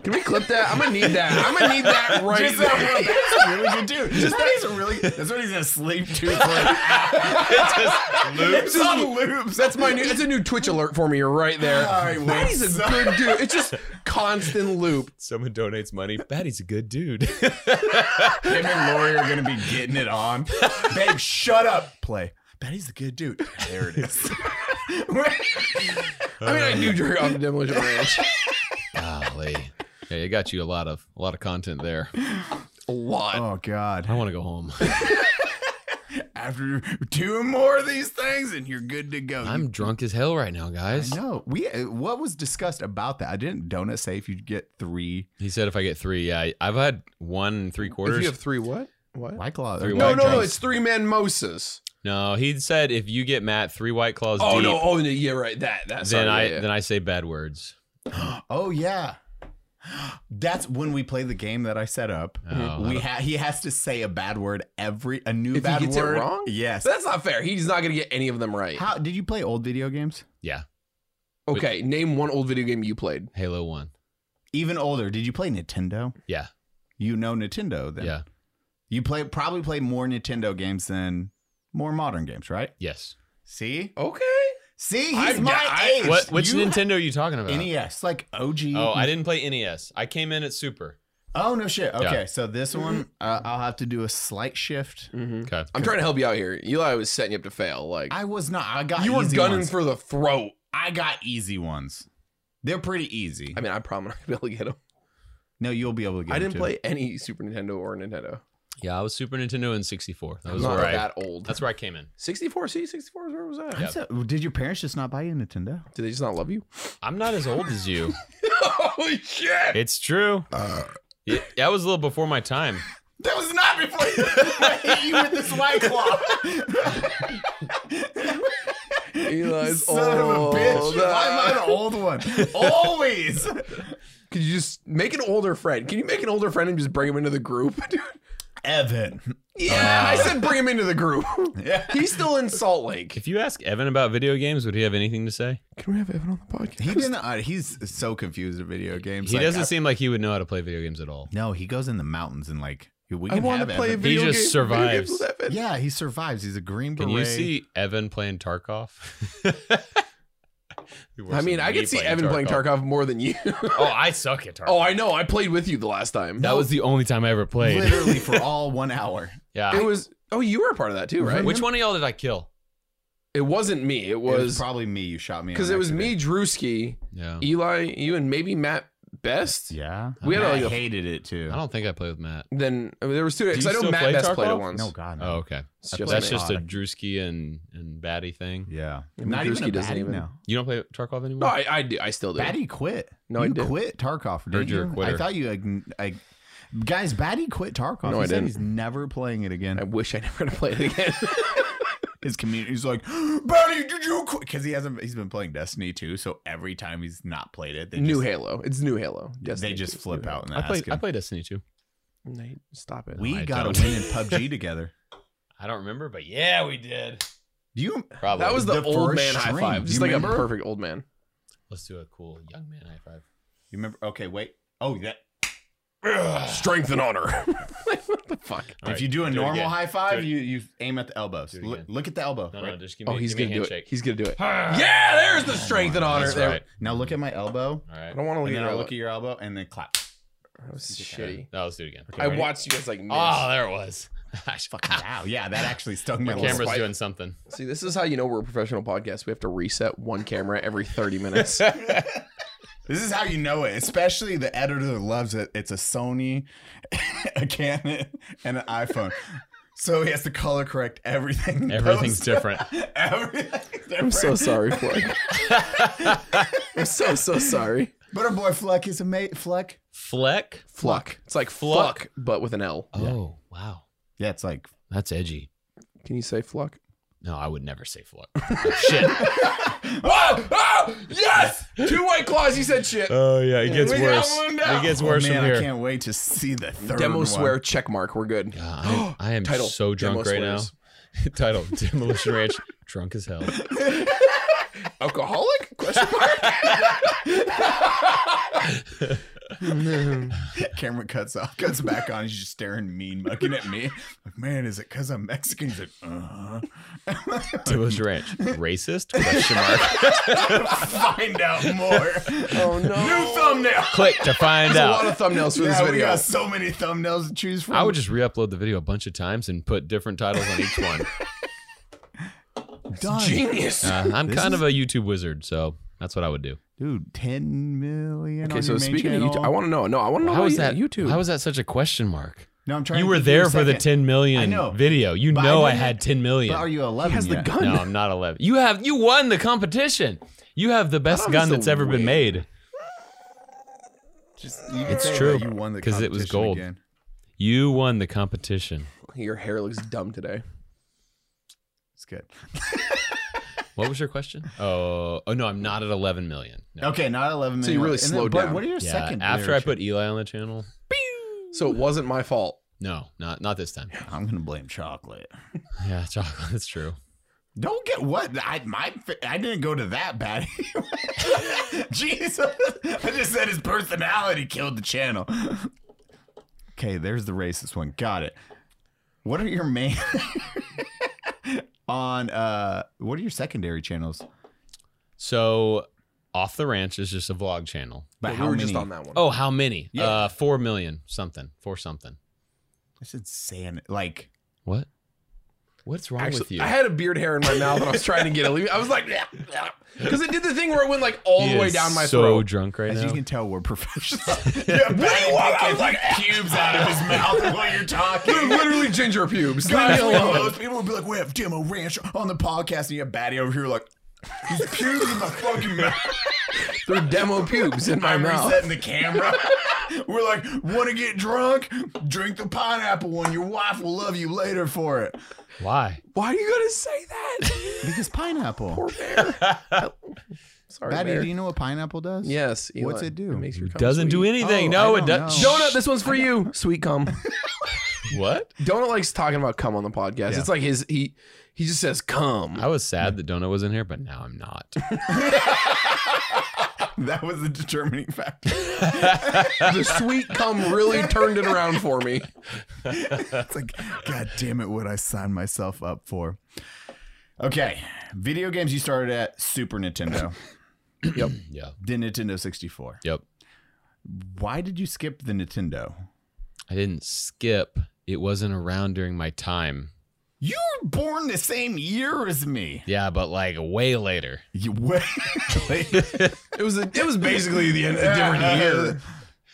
B: Can we clip that? I'm gonna need that. I'm gonna need that right
A: Just
B: now.
A: that one. That's really good, dude. Just that is a really. That's what he's gonna sleep to for an hour.
C: Just loops.
A: It's on loops.
B: That's my new. It's a new Twitch alert for me. You're right there.
A: All right, well,
B: Maddie's a
A: so-
B: good dude. It's just constant loop.
C: Someone donates money. Batty's a good dude.
A: Him and Lori are gonna be getting it on. Babe, shut up. Play. Betty's a good dude. There it is.
B: I mean, I knew you were on the demolition ranch.
C: Golly. Yeah, you got you a lot of a lot of content there.
B: A lot.
A: oh God.
C: I want to go home.
A: After two more of these things, and you're good to go.
C: I'm drunk as hell right now, guys.
A: no, we. uh, What was discussed about that? I didn't. Donut say if you get three
C: He said if I get three, yeah, I- I've had one and three
B: If
C: quarters.
B: you have three, what? What?
A: white claws.
C: Three
B: No,
C: White
B: no, no.
C: Claws.
B: It's three man Moses.
C: no, he said if you get Matt three white claws
B: Oh
C: deep,
B: no! Oh no! Yeah, right. That. That.
C: then
B: sorry,
C: I
B: yeah, yeah.
C: then I say bad words.
A: Oh yeah. That's when we play the game that I set up.
C: Oh,
A: we ha- he has to say a bad word every a new
B: Uh-huh. If he
A: bad
B: gets it
A: word.
B: wrong?
A: Yes.
B: So that's not fair. He's not gonna get any of them right.
A: How did you play old video games?
C: Yeah,
B: Okay, name one old video game you played.
C: Halo One.
A: Even older, did you play Nintendo?
C: Yeah,
A: You know Nintendo then.
C: yeah,
A: You play probably play more Nintendo games than more modern games, right?
C: yes.
A: See?
B: Okay.
A: See, he's
B: I've-
A: my
B: I-
A: age.
C: What which
A: You
C: Nintendo are you talking about?
A: have NES, like OG.
C: Oh,
B: E
C: I didn't play NES. I came in at Super.
A: Oh, no shit. Okay,
C: Yeah.
A: so this one uh, I'll have to do a slight shift.
B: Mm-hmm.
C: Okay.
B: I'm trying to help you out here. Eli was setting you up to fail. Like
A: I was not. I got
B: you were
A: easy
B: gunning
A: ones.
B: for the throat.
A: I got easy ones. They're pretty easy.
B: I mean, I promise I'll be able to get him.
A: no, you'll be able to get.
B: I
A: them
B: didn't
A: too.
B: play any Super Nintendo or Nintendo.
C: Yeah, I was Super Nintendo and 64. That
B: I'm
C: was
B: not
C: where I,
B: that old.
C: That's where I came in.
B: 64. See, 64 is where it was at.
A: I'm so- did your parents just not buy you a Nintendo?
B: Do they just not love you?
C: I'm not as old as you.
B: Holy shit!
C: It's true. Yeah, that was a little before my time.
A: That was not before you, I hit you with this white claw.
B: Eli's
A: Son of
B: old.
A: a bitch! Why am I the old one? Always.
B: Could you just make an older friend? Can you make an older friend and just bring him into the group? Dude.
A: Evan.
B: Yeah,
C: Uh.
B: I said bring him into the group.
A: Yeah.
B: He's still in Salt Lake.
C: If you ask Evan about video games, would he have anything to say?
B: Can we have Evan on the podcast?
A: He didn't. Uh, he's so confused at video games.
C: He
A: Like,
C: doesn't
A: I-
C: seem like he would know how to play video games at all.
A: no, he goes in the mountains and like we
B: I
A: can
B: want
A: have
B: to play a
A: Evan.
B: video
C: just
B: game.
C: survives.
B: Video games with Evan.
A: Yeah, he survives. He's a green beret.
C: Can you see Evan playing Tarkov? He wore
B: I mean,
C: some
B: I
C: knee
B: could see Evan playing Tarkov more than you.
C: Oh, I suck at Tarkov.
B: oh, I know. I played with you the last time.
C: that was the only time I ever played.
A: literally for all one hour?
C: yeah.
B: It was. Oh, you were a part of that too, right?
C: Which one of y'all did I kill?
B: It wasn't me. It
A: it was
B: was
A: probably me. You shot me on
B: because it was
A: accident. Uh-huh.
B: me, Drewski,
C: Yeah.
B: Eli, you, and maybe Matt Best.
A: Yeah,
B: We had,
A: I
B: like, a-
A: hated it too.
C: I don't think I played with Matt.
B: Then I mean, there was two. Because
C: you
B: I know
C: still
B: Matt
C: play
B: Best played it
C: Tarkov?
B: once.
A: No, God, no.
C: Oh, okay.
B: It's
C: That-
B: just
C: That's
B: me.
C: just a
A: odd.
C: Drewski and, and Batty thing.
A: Yeah,
B: Yeah,
A: not even
B: Majewski
A: a
B: doesn't
A: Batty
B: even-
A: now.
C: You don't play Tarkov
B: No,
C: anymore?
B: I, I do. I still do.
A: Batty quit.
B: No, I
A: you
B: didn't.
A: quit Tarkov.
C: Heard
A: Did
C: you're a
A: you? I
C: quitter.
A: thought you. ign- I, guys, Batty quit Tarkov.
B: No,
A: he
B: I
A: said
B: didn't.
A: He's never playing it
B: I
A: again.
B: wish I never had played it again.
A: His community's like, Batty, did you quit? Because he hasn't. He's been playing Destiny too. So every time he's not played it, they
B: new
A: just,
B: Halo. It's new Halo.
A: they
B: Destiny
A: just
B: 2 is
A: flip
B: new
A: out and
C: I
A: ask
C: played, I
A: him.
C: played Destiny 2.
B: Halo. Nate, Stop it.
A: we
C: I
A: got to
C: don't.
A: win in PUBG together.
C: I don't remember, but yeah, we did.
A: Do you?
C: Probably.
B: that was the,
A: The
B: old
A: first
B: man high
A: stream.
B: five.
A: Do
B: Just
A: you
B: like a
A: remember?
B: perfect old man.
C: Let's do a cool young man high five.
A: You remember? Okay, wait. Oh, that.
B: Strength and honor. Like, what the fuck?
C: All
A: if
C: right,
A: you do a
C: it
A: normal
C: again.
A: high five,
C: Do it-
A: you you aim at the elbows.
C: Do it
A: Look-
C: again.
A: look at the elbow.
C: No,
A: right?
C: no, just give me,
B: Oh, he's
C: give me
B: gonna
C: a
B: do it.
C: handshake.
B: He's gonna do it.
C: Ah.
B: Yeah, there's the strength and honor.
C: That's
B: There.
C: right.
A: Now look at my elbow,
C: All
B: I
C: right.
B: don't want to
A: and
B: leave.
A: then I
B: That
A: look at your elbow, and then clap.
B: That was shitty.
C: No, let's do it again.
B: I watched Ah, you guys like. Miss.
A: Ah,
C: Oh, there it was. Fucking
A: Wow, yeah, that actually stung my
C: my
A: little
C: camera's
A: spike.
C: doing something.
B: See, this is how you know we're a professional podcast. We have to reset one camera every 30 minutes.
A: This is how you know it. Especially the editor loves it. It's a Sony, a Canon, and an iPhone. So he has to color correct everything. in
C: Everything's
A: post.
C: different.
A: Everything's different.
B: I'm so sorry, Fleck. I'm so so sorry.
A: But our boy Fleck is a mate. Fleck.
C: Fleck.
B: Fluck. It's like
C: Fluck.
B: fluck, but with an L.
C: Oh, wow.
A: Yeah, it's like
C: That's edgy.
B: Can you say fluck?
C: No, I would never say fluck. shit.
B: Whoa! Oh, yes! Two white claws. You said shit.
C: Oh yeah, it gets
A: We got
C: worse.
A: one now.
C: It gets
A: Oh,
C: worse
A: man,
C: from
A: I
C: here.
A: can't wait to see the third
B: Demo
A: one.
B: swear check mark. We're good.
C: Yeah, I, I am
B: Title,
C: so drunk
B: Demo
C: right now.
B: Swears.
C: Title: Demolition Ranch. Drunk as hell.
B: Alcoholic? Question mark.
A: Camera cuts off, cuts back on. He's just staring mean, looking at me. Like, man, is it because I'm Mexican? He's like, uh huh.
C: Tillage Ranch. Racist? Question mark.
A: Find out more.
B: Oh no.
A: New thumbnail.
C: Click to find
B: There's a lot
C: out.
B: of thumbnails for this
A: Yeah, we
B: video.
A: got so many thumbnails to choose from.
C: I would just re-upload the video a bunch of times and put different titles on each one.
A: done.
B: Genius.
C: Uh, I'm
A: This
C: kind
A: is-
C: of a YouTube wizard, so that's what I would do.
A: Dude, 10 million.
B: okay,
A: on
B: so
A: your main
B: speaking
A: channel.
B: of YouTube, I want to know. No, I want to know
C: How
B: about
C: is
B: you-
C: that
B: YouTube.
C: How is that such a question mark?
A: No, I'm trying
C: You
A: to
C: were
A: think for
C: there
A: a
C: for the
A: second.
C: 10
A: I
C: million
A: know.
C: video. You
A: But I
C: know I,
A: didn't-
C: had 10 million.
A: But are you 11?
B: he has the
A: yet?
B: gun.
C: No, I'm not 11. You have you won the competition. You have the best
B: That
C: gun
B: was a
C: that's ever been
B: win.
C: made.
A: Just, you can
C: It's
A: say
C: true,
A: that You won the
C: 'cause it was
A: competition
C: gold.
A: again.
C: You won the competition.
B: Your hair looks dumb today.
A: It's good.
C: What was your question? Oh, oh no, I'm not at 11 million. No.
A: Okay, not 11 million.
B: So you really
A: And then-
B: slowed
A: but
B: down.
A: What are your
C: Yeah,
A: second?
C: after I
A: viewership?
C: put Eli on the channel.
B: So it wasn't my fault.
C: No, not not this time.
A: I'm gonna blame chocolate.
C: Yeah, chocolate. That's true.
A: Don't get what I my I didn't go to that bad. Jesus, I just said his personality killed the channel. Okay, there's the racist one. Got it. What are your main on? uh What are your secondary channels?
C: So, off the ranch is just a vlog channel.
A: But
B: Yeah,
A: how
B: we were
A: many?
B: just on that one.
C: Oh, how many?
A: Yeah.
C: Uh, four million something. Four something.
A: That's insane. Like
C: What? What's wrong with
B: Actually,
C: you?
B: I had a beard hair in my mouth and I was trying to get it. leave- I was like, because it did the thing where it went like all
C: He
B: the way
C: is
B: down my
C: so
B: throat.
C: drunk right
A: as
C: now.
A: you can tell, we're professionals. yeah, Benny was like pubes out of his mouth while you're talking.
B: Literally ginger pubes.
A: Guys,
B: Leave me
A: like,
B: alone.
A: Most people would be like, "We have Demo Ranch on the podcast," and you have Batty over here like, "He's pubes in my fucking mouth."
B: They're demo pubes in my
A: I'm
B: mouth.
A: resetting the camera. We're like, "Want to get drunk? Drink the pineapple one. Your wife will love you later for it."
C: Why?
B: Why do you gotta say that?
A: Because pineapple.
B: Poor bear. Sorry,
A: Batty,
B: bear.
A: do you know what pineapple does?
B: Yes.
A: What's
B: Eli.
A: it do?
B: makes your cum
C: Doesn't do
B: sweet.
C: anything.
A: Oh,
C: no,
A: I
C: it
A: don't
C: does.
A: know.
B: Donut, this one's for you. Sweet cum.
C: What?
B: Donut likes talking about cum on the podcast.
A: Yeah.
B: It's like his he he just says cum.
C: I was sad that Donut was in here, but now I'm not.
A: That was the determining factor.
B: the sweet cum really turned it around for me.
A: It's like, God damn it, what I signed myself up for. Okay, video games you started at Super Nintendo,
B: Yep.
C: yeah.
A: then Nintendo 64.
C: Yep.
A: Why did you skip the Nintendo?
C: I didn't skip. It wasn't around during my time.
A: You were born the same year as me.
C: Yeah, but like way later.
A: You wait.
B: It was a, it was basically the end
A: a
B: a different year.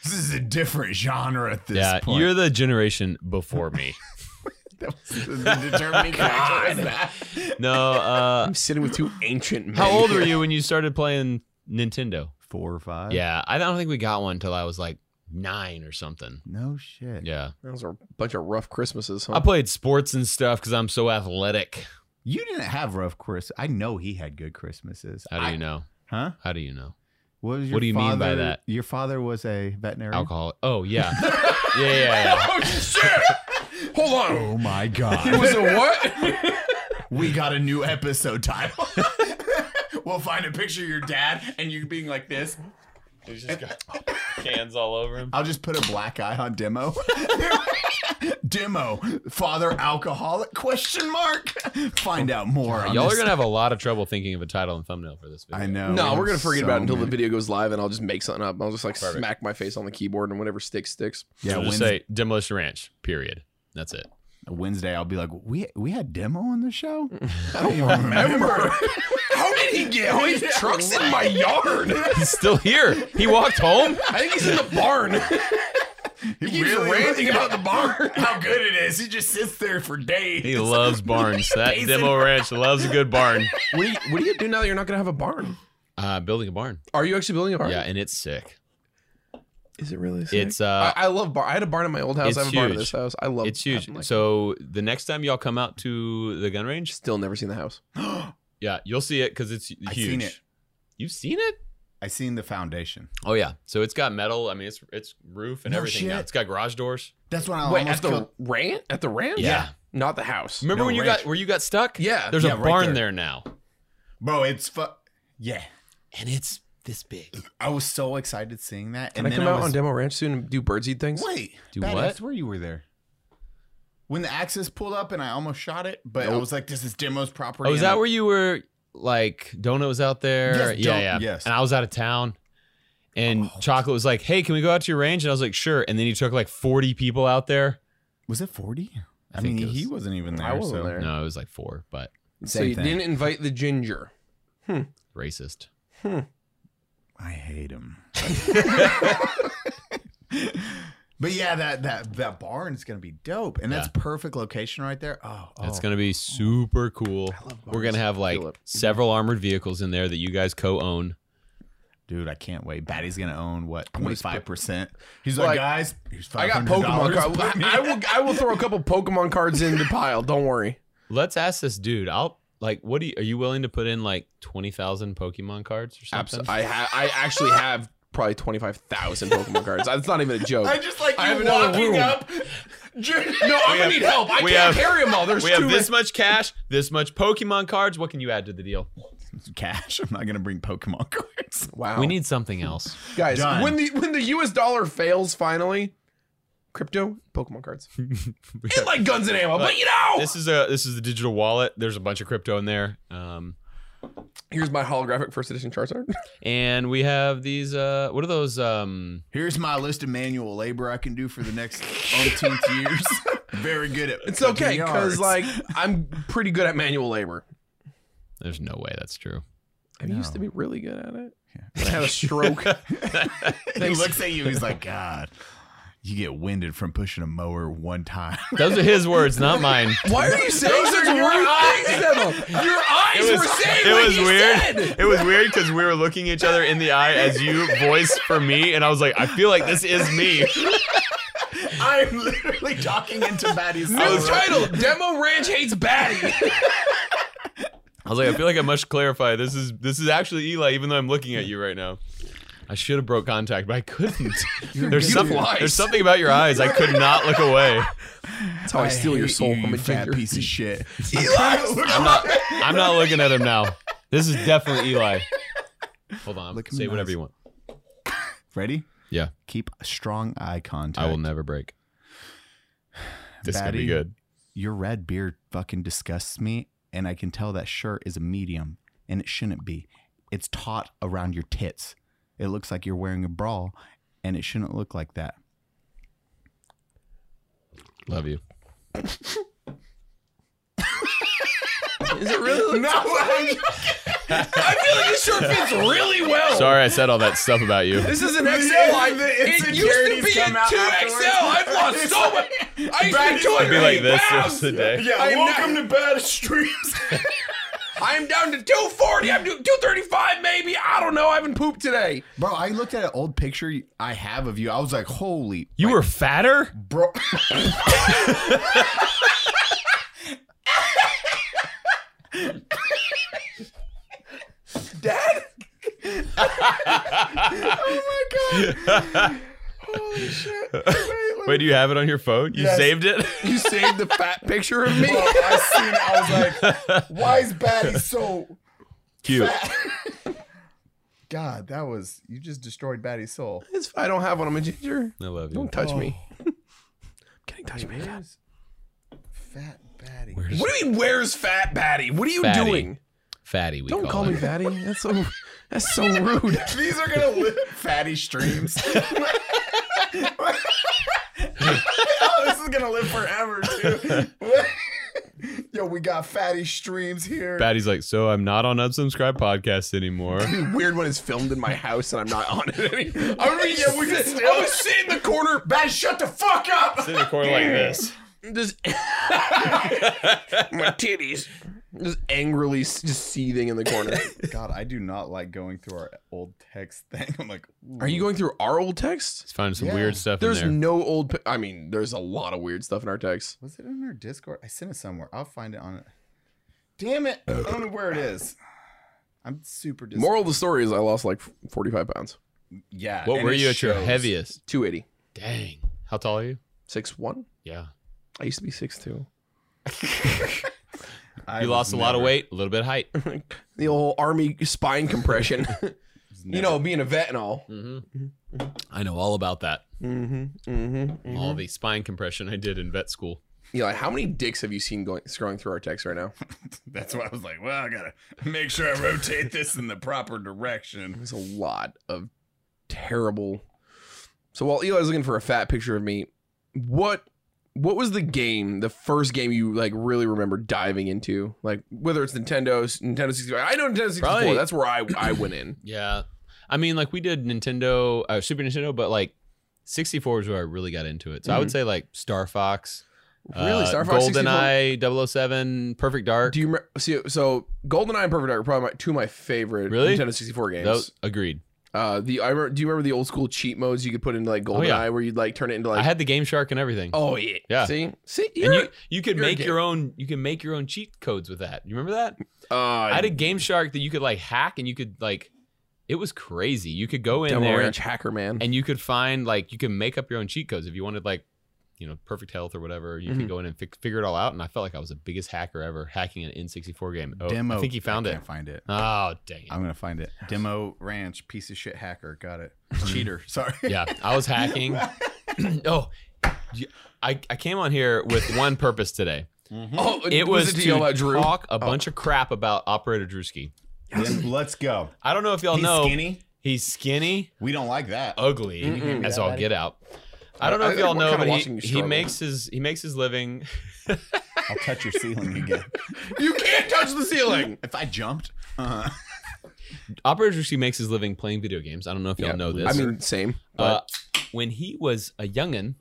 A: This is a different genre at this
C: yeah,
A: point.
C: you're the generation before me.
A: that was the determining factor. was that.
C: no, uh
B: I'm sitting with two ancient men.
C: how old were you when you started playing Nintendo?
A: Four or five.
C: Yeah, I don't think we got one till I was like 9 or something.
A: No shit.
C: Yeah.
B: Those are a bunch of rough Christmases. Huh?
C: I played sports and stuff cuz I'm so athletic.
A: You didn't have rough Chris. I know he had good Christmases.
C: How do
A: I-
C: you know?
A: Huh?
C: How do you know?
A: What, was your
C: What do you mean by
A: father-
C: that?
A: Your father was a veterinarian.
C: Alcohol. Oh, yeah. yeah, yeah, yeah.
B: oh shit! Hold on.
A: Oh my
B: It
A: god.
B: was a what?
A: we got a new episode title. we'll find a picture of your dad and you being like this.
C: He's just got cans all over him.
A: I'll just put a black eye on demo. demo, father alcoholic question mark. Find out more. on
C: Y'all are
A: this.
C: gonna have a lot of trouble thinking of a title and thumbnail for this video.
A: I know.
B: No,
A: we
B: we're gonna
A: have
B: forget
A: so
B: about it until the
A: many-
B: video goes live, and I'll just make something up. I'll just like smack my face on the keyboard, and whatever sticks sticks.
A: Yeah,
C: I'll just
A: Wednesday,
C: say Demolition Ranch. Period. That's it.
A: Wednesday I'll be like, we we had demo on the show. I don't remember.
B: How did he get all these trucks in my yard?
C: He's still here. He walked home.
B: I think he's in the barn.
A: he
B: keeps ranting about the
A: barn, how good it is. He just sits there for days.
C: He loves barns. That demo ranch loves a good barn.
B: What do you What do you do now that you're not gonna have a barn?
C: Uh, building a barn.
B: Are you actually building a barn?
C: Yeah, and it's sick.
B: Is it really? Sick?
C: It's uh,
B: I, I love barn. I had a barn in my old house.
C: It's
B: I have a barn in
C: huge.
B: this house. I love.
C: it's huge.
B: having, Like,
C: So the next time y'all come out to the gun range,
B: still never seen the house.
C: yeah, you'll see it because it's huge.
A: I've seen it.
C: You've seen it?
A: I seen the foundation.
C: Oh yeah. So it's got metal. I mean, it's it's roof and
A: No
C: everything. Now.
A: shit.
C: It's got garage doors.
A: That's when I
B: Wait,
A: almost
B: at the
A: killed.
B: ranch? At the ranch?
C: Yeah.
B: Not the house.
C: Remember
A: No,
C: when you
A: ranch.
C: got where you got stuck?
B: Yeah.
C: There's
A: Yeah,
C: a
A: right
C: barn
A: there.
C: there now.
A: Bro, it's fu- yeah.
C: and it's this big.
A: I was so excited seeing that.
B: Can
A: and
B: I
A: then
B: come out
A: was,
B: on Demo Ranch soon and do birdseed things?
A: Wait,
C: Do
A: Badass,
C: what?
A: Where you were there? When the axis pulled up and I almost shot it, but I
B: Nope.
A: was like, "This is Demo's property."
C: Oh, is
A: and I-
C: that where you were? Like Donut was out there.
A: Yes,
C: yeah,
A: Don-
C: yeah.
A: yes. Oh,
C: And I was out of town. And Chocolate was like, "Hey, can we go out to your range?" And I was like, "Sure." And then he took like 40 people out there.
A: was it forty? I,
C: think
A: mean,
C: it was-
A: he wasn't even there.
B: I wasn't
A: so-
B: there.
C: No, it was like 4, but
B: so
A: Same
B: you
A: thing.
B: didn't invite the ginger.
C: racist.
A: I hate him. but yeah, that that that barn is gonna be dope, and that's perfect location right there. Oh, oh.
C: That's going to be super cool. We're going to have like
B: Philip.
C: several armored vehicles in there that you guys co-own.
A: oh, dude, I can't wait. Batty's gonna own what twenty
B: always-
A: five percent. He's
B: Like,
A: like, guys, here's
B: I got
A: $500
B: Pokemon cards.
A: put me
B: I, I will. I will throw a couple Pokemon cards in the pile. Don't worry.
C: Let's ask this dude. I'll like what do you, are you willing to put in like 20,000 Pokemon cards or something?
B: Absolutely. I ha- I actually have probably twenty five thousand Pokemon cards. That's not even a joke.
A: I just like
B: I have
A: you
B: another
A: walking
B: room.
A: up.
B: no, I'm
C: have-
B: gonna need help. I
C: we
B: can't
C: have-
B: carry them all. There's
C: We
B: too
C: have
B: many.
C: this much cash, this much Pokemon cards. What can you add to the deal?
A: Cash. I'm not gonna bring Pokemon cards.
B: Wow.
C: We need something else.
B: guys
A: Done.
B: when the when the U.S. dollar fails finally. Crypto, Pokemon cards. It's like guns and ammo, but you know.
C: this is a this is the digital wallet. There's a bunch of crypto in there. Um,
B: Here's my holographic first edition Charizard.
C: and we have these. Uh, what are those? Um,
A: Here's my list of manual labor I can do for the next umpteenth years. Very good at
B: It's okay
A: cutting
B: because
A: yards.
B: like I'm pretty good at manual labor.
C: there's no way that's true.
B: I used to be really good at it.
A: Yeah.
B: I had a stroke.
A: he looks at you. He's like, God, you get winded from pushing a mower one time.
C: Those are his words, not mine.
B: Why are you saying such weird things, Emma? Your eyes
C: It was,
B: were saying
C: it
B: what
C: was
B: you
C: weird.
B: said.
C: It was weird because we were looking each other in the eye as you voiced for me, and I was like, I feel like this is me.
A: I'm literally talking into Maddie's
B: New title: Demo Ranch hates Batty.
C: I was like, I feel like I must clarify. This is this is actually Eli, even though I'm looking at you right now. I should have broke contact, but I couldn't. There's
B: beautiful
C: something,
B: eyes.
C: there's something about your eyes. I could not look away.
B: That's how I, steal your soul
A: you,
B: from a
A: fat
B: ginger.
A: piece of shit. Eli, look
C: I'm not. I'm not looking at him now. This is definitely Eli. Hold on.
A: Look him
C: say
A: in the
C: whatever
A: eyes.
C: you want.
A: ready.
C: Yeah.
A: Keep strong eye contact.
C: I will never break. This is gonna be
A: Batty.
C: good.
A: Your red beard fucking disgusts me, and I can tell that shirt is a medium, and it shouldn't be. It's taut around your tits. It looks like you're wearing a bra, and it shouldn't look like that.
C: Love you.
B: Is it really? no. I feel like this shirt fits really well.
C: Sorry, I said all that stuff about you.
B: This is an XL.
A: Yeah,
B: I,
A: the
B: it used to
A: insecurities
B: be a
A: come out
B: 2XL.
A: afterwards.
B: I've lost so much. I used to be
A: Batty's like-
C: It'd be
B: 280
C: like this the
B: pounds.
C: rest of the day.
B: I am welcome
A: to Bad Streams.
B: I'm down to 240. I'm doing 235 maybe. I don't know. I haven't pooped today.
A: Bro, I looked at an old picture I have of you. I was like, holy
C: You were fatter.
A: bro.
B: Dad?
A: Oh
C: Wait, do you have it on your phone? You
A: Yes.
C: saved it.
B: You saved the fat picture of me?
A: I seen it. I was like, why is Batty so
C: Cute.
A: God, that was you just destroyed Batty's soul.
B: It's- I don't have one. I'm a ginger.
C: I love you.
B: Don't touch me.
A: Oh.
B: I'm kidding. Touch me.
A: Fat Batty.
B: What do you mean, where's Fat Batty? What are you
C: Fatty.
B: doing?
C: Fatty, we
B: Don't call
C: call,
B: me
C: him.
B: Fatty. That's so, that's so rude.
A: These are gonna live fatty streams. oh, this is gonna live forever too. Yo, we got fatty streams here.
C: Fatty's like, so I'm not on unsubscribe podcast anymore.
B: It'd be weird when it's filmed in my house and I'm not on it anymore. I mean,
A: Yeah, we
B: sit-
A: just-
B: I was sitting in the corner,
A: Batty, shut the fuck up.
C: Sit in the corner like this.
B: just my titties, just angrily s- just seething in the corner.
A: God, I do not like going through our old text thing. I'm like,
B: Are you going through our old texts?
C: Let's find some
A: Yeah.
C: weird stuff
B: There's
C: in there.
B: no old. pi- I mean, there's a lot of weird stuff in our texts.
A: was it in our Discord? I sent it somewhere. I'll find it on it. Damn it! I don't know where it is. I'm super dis-
B: Moral of the story is I lost like 45 pounds,
A: Yeah.
C: What
A: and
C: were
A: it
C: you at your
A: shows.
C: heaviest?
B: 280,
C: Dang. How tall are you?
B: 6'1.
C: Yeah.
B: I used to be 6'2.
A: I was
C: You lost a lot of
A: never-
C: weight, a little bit of height.
B: the old army spine compression. you know, being a vet and all.
C: hmm I know all about that.
B: Mm-hmm. Mm-hmm.
C: All the spine compression I did in vet school.
B: Eli, how many dicks have you seen going scrolling through our text right now?
A: That's why I was like, well, I gotta make sure I rotate this in the proper direction.
B: There's a lot of terrible. So while Eli's looking for a fat picture of me, what what was the game, the first game you like really remember diving into? Like whether it's Nintendo, Nintendo 64. I know Nintendo 64.
C: Probably-
B: That's where I I went in.
C: Yeah. I mean, like we did Nintendo, uh, Super Nintendo, but like 64 is where I really got into it. So
B: Mm-hmm.
C: I would say like Star Fox,
B: Really,
C: uh,
B: Star Fox 64?
C: GoldenEye, 007, Perfect Dark.
B: Do you remember? See, so GoldenEye and Perfect Dark are probably my, two of my favorite
C: Really?
B: Nintendo 64 games.
C: Those- agreed.
B: uh, the I remember, do you remember the old school cheat modes you could put into like GoldenEye
C: Oh, yeah.
B: where you'd like turn it into
C: I
B: like
C: had the Game Shark and everything.
B: oh yeah
C: Yeah.
B: see see
C: and
B: you're-
C: you you could
B: you're a
C: make
B: gay.
C: your own you can make your own cheat codes with that. You remember that?
B: uh,
C: I had a Game Shark that you could like hack and you could like it was crazy. You could go in
B: Demo
C: there
B: Ranch hacker man.
C: and you could find like you can make up your own cheat codes if you wanted like you know perfect health or whatever. You
B: Mhm.
C: could go in and fi- figure it all out. And I felt like I was the biggest hacker ever hacking an N64 game. Oh, I think he found
A: I
C: it.
A: Can't find it.
C: Oh dang it!
A: I'm gonna find it. Demo Ranch, piece of shit hacker. Got it. Cheater. Sorry.
C: yeah, I was hacking. oh, y- I I came on here with one purpose today.
B: oh,
C: It was,
B: to
C: to
B: yell at Drew. Oh.
C: talk a bunch of crap about Operator Drewski.
A: Then let's go.
C: I don't know if y'all
A: He's
C: know
A: skinny.
C: he's skinny,
A: We don't like that.
C: ugly, as all get out. I don't know
B: I
C: if
B: think
C: y'all
B: we're
C: know,
B: kinda
C: but
B: watching
C: he,
B: you
C: he
B: struggle.
C: makes his he makes his living.
A: I'll touch your ceiling again.
B: You can't touch the ceiling.
A: if I jumped, uh,
C: Operator Drewski makes his living playing video games. I don't know if y'all know this.
B: I mean, same.
C: Uh,
B: But
C: when he was a youngin,